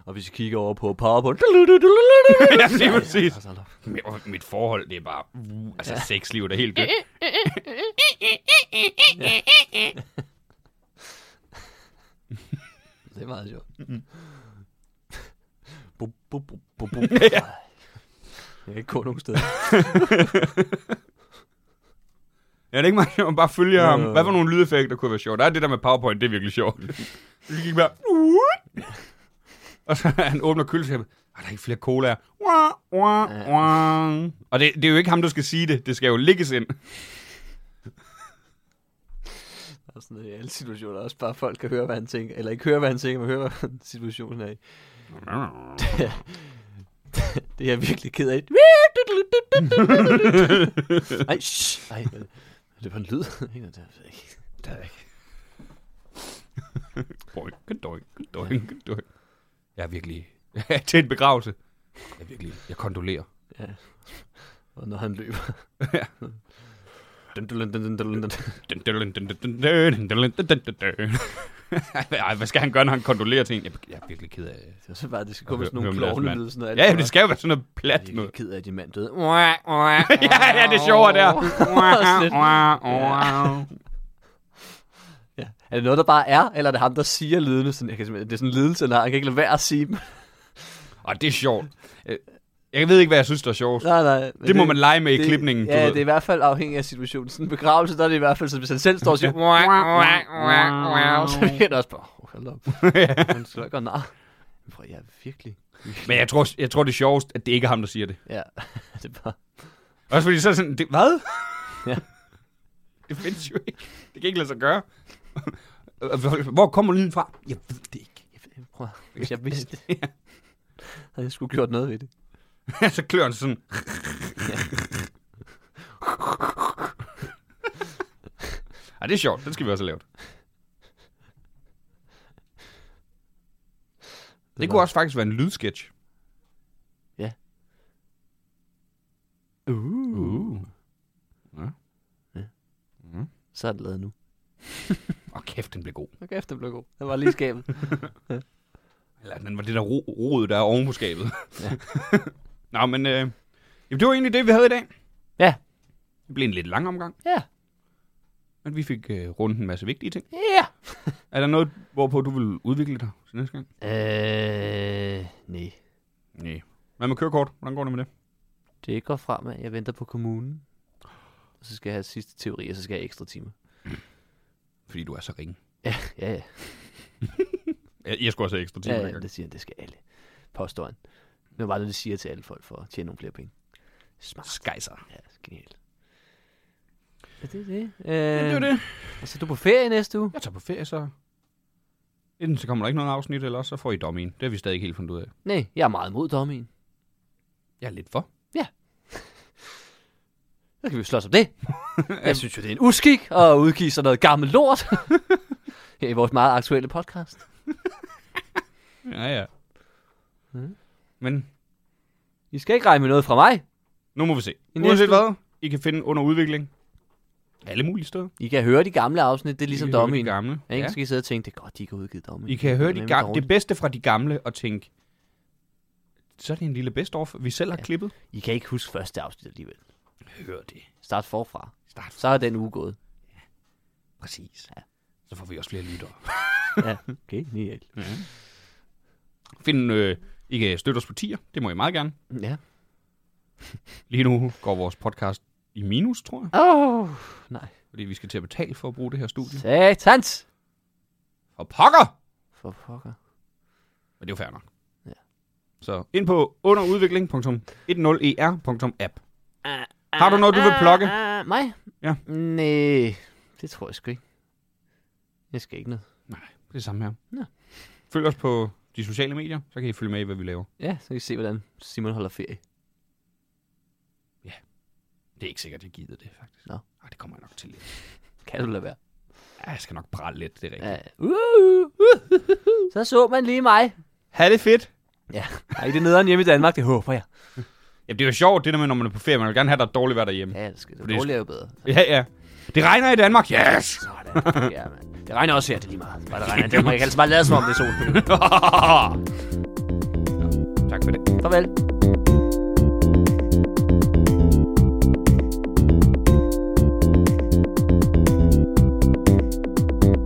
Og hvis I kigger over på PowerPoint...
ja, lige præcis.
Altså, hold op.
Mit- og Mit forhold, det er bare... Uh, altså, ja. sexlivet er helt dødt.
Det er meget sjovt. Bum, bum, bum, bum, bum. Jeg kan ikke gå nogen steder.
Ja, det er ikke meget sjovt. Bare følge ham.
Øh.
Hvad for nogle lydeffekter kunne være sjovt? Der er det der med PowerPoint, det er virkelig sjovt. Vi gik bare... uh. Og så han åbner køleskabet. Ah, der er ikke flere colaer. Wah, wah, wah. Og det, det, er jo ikke ham, der skal sige det. Det skal jo ligges ind.
Og sådan noget i alle situationer. Også bare folk kan høre, hvad han tænker. Eller ikke høre, hvad han tænker, men høre, hvad situationen er i. Det er jeg virkelig ked af. Ej, shh. Ej, hvad er det for en lyd? Ikke noget, det er ikke.
Doink, doink, doink, doink. Jeg er virkelig... til en begravelse. Jeg er virkelig... Jeg kondolerer.
Og når han løber. Dun, dun, dun, dun, dun, dun.
Ej, hvad skal han gøre, når han kondolerer til en? Jeg, jeg er virkelig ked af...
Det er så bare, det skal komme
Hør-
med sådan
hør
nogle
med deres
klovne
mand.
lyde. Sådan noget, alt
Ja,
for
jamen, det
meget.
skal jo være sådan noget
Jeg er
plat
virkelig
noget.
ked af, at din mand døde.
ja, ja, det er sjovere der.
Sådan Ja. Er det noget, der bare er, eller er det ham, der siger lydene? Sådan, jeg kan simpelthen- det er sådan en lidelse, han har. Han kan ikke lade være at sige dem.
Og det er sjovt. Øh, Jeg ved ikke, hvad jeg synes, der er sjovt.
nej, nej. men
Det må man lege med i klipningen, du
Ja, det er i
ved.
hvert fald afhængig af situationen. Sådan en begravelse, der er det i hvert fald, så hvis han selv står og siger, så bliver det også bare, oh, hold op. Han skal da ikke gøre nar. Men prøv, jeg er virkelig
Men jeg tror, jeg tror det er sjovest, at det ikke er ham, der siger det.
Ja, det er bare...
Også fordi så er det sådan, det, hvad?
Ja.
det findes jo ikke. Det kan ikke lade sig gøre. Hvor kommer lyden fra? Jeg ved det ikke.
Jeg prøver, hvis jeg vidste det, havde jeg skulle gjort noget ved det.
så klør han sådan. Ej, det er sjovt. Den skal vi også have lavet. Det kunne også faktisk være en lydsketch.
Uh.
Uh.
Så er det lavet nu.
Og kæft, den blev god.
Og kæft, det blev god. Det var lige skabet.
Eller den var det der ro, rod, der er oven på skabet. Ja. Nå, men øh, jamen, det var egentlig det, vi havde i dag.
Ja.
Det blev en lidt lang omgang,
ja.
men vi fik øh, rundt en masse vigtige ting.
Ja.
Er der noget, hvorpå du vil udvikle dig til næste gang?
Øh, nej.
Nej. Hvad med kørekort? Hvordan går det med det?
Det går frem, at jeg venter på kommunen. Og så skal jeg have sidste teori, og så skal jeg have ekstra timer.
Fordi du er så ringe.
Ja, ja, ja.
Jeg, jeg skulle også have ekstra timer.
ja,
Ja,
ja
det...
det siger han, det skal alle. Påstår han. Det var bare det, de siger til alle folk for at tjene nogle flere penge. Smart.
Skejser.
Ja, genialt. Ja, det er det. Øh,
det var det.
Og så er du på ferie næste uge?
Jeg tager på ferie, så... Enten så kommer der ikke noget afsnit, eller også så får I dommen. Det har vi stadig ikke helt fundet ud af.
Nej, jeg er meget imod dommen.
Jeg er lidt for.
Så kan vi slås om det. jeg synes jo, det er en uskik at udgive sådan noget gammel lort. her i vores meget aktuelle podcast.
Ja, ja. Mm.
Mhm.
Men
I skal ikke regne med noget fra mig.
nu må vi se.
I
Uanset
næste-
hvad, I kan finde under udvikling. Alle mulige steder.
I kan høre de gamle afsnit, det er ligesom
I kan høre de
dommen.
gamle.
Ja, ikke?
Ja.
Så kan I sidde og tænke, det er godt, de ikke har udgivet dommen.
I kan høre de gamle, det bedste fra de gamle og tænke, så er det en lille best of, vi selv har
Ja.
klippet.
I kan ikke huske første afsnit alligevel.
Hør det.
Start forfra.
Start fra.
Så er den uge gået.
Præcis. Ja. Så får vi også flere lyttere.
Ja, okay, genialt.
Find, øh, I kan støtte os på tier. Det må I meget gerne.
Ja.
Lige nu går vores podcast i minus, tror jeg.
Åh, oh, nej.
Fordi vi skal til at betale for at bruge det her studie.
Satans!
Og pokker!
For pokker.
Men det er jo fair nok.
Ja.
Så ind på E underudvikling.10er.app. Har du noget, du vil plukke?
Uh, mig?
Ja.
Nej, det tror jeg sgu ikke. Jeg skal ikke noget.
Det er det samme her.
Nå.
Følg os på de sociale medier, så kan I følge med i, hvad vi laver.
Ja, så kan I se, hvordan Simon holder ferie.
Det er ikke sikkert, jeg gider det, faktisk.
Nå.
Ej, det kommer jeg nok til lidt.
Kan du lade være?
Ja, jeg skal nok prale lidt, det er rigtigt.
Ja. Uh, uh, uh, uh. Så så man lige mig.
Ha' det fedt!
Ja, Ej, det er nederen hjemme i Danmark, det håber jeg.
Jamen, det er jo sjovt, det der med, når man er på ferie. Man vil gerne have, der er dårligt vejr derhjemme.
Ja, det skal det
Fordi-
dårligere er jo bedre.
Ja, ja. Det regner i Danmark. Yes!
Sådan. Ja, man. Det regner også her, det er lige meget. Bare det regner. Det må ikke altså bare lade som om, det er sol.
tak for det.
Farvel.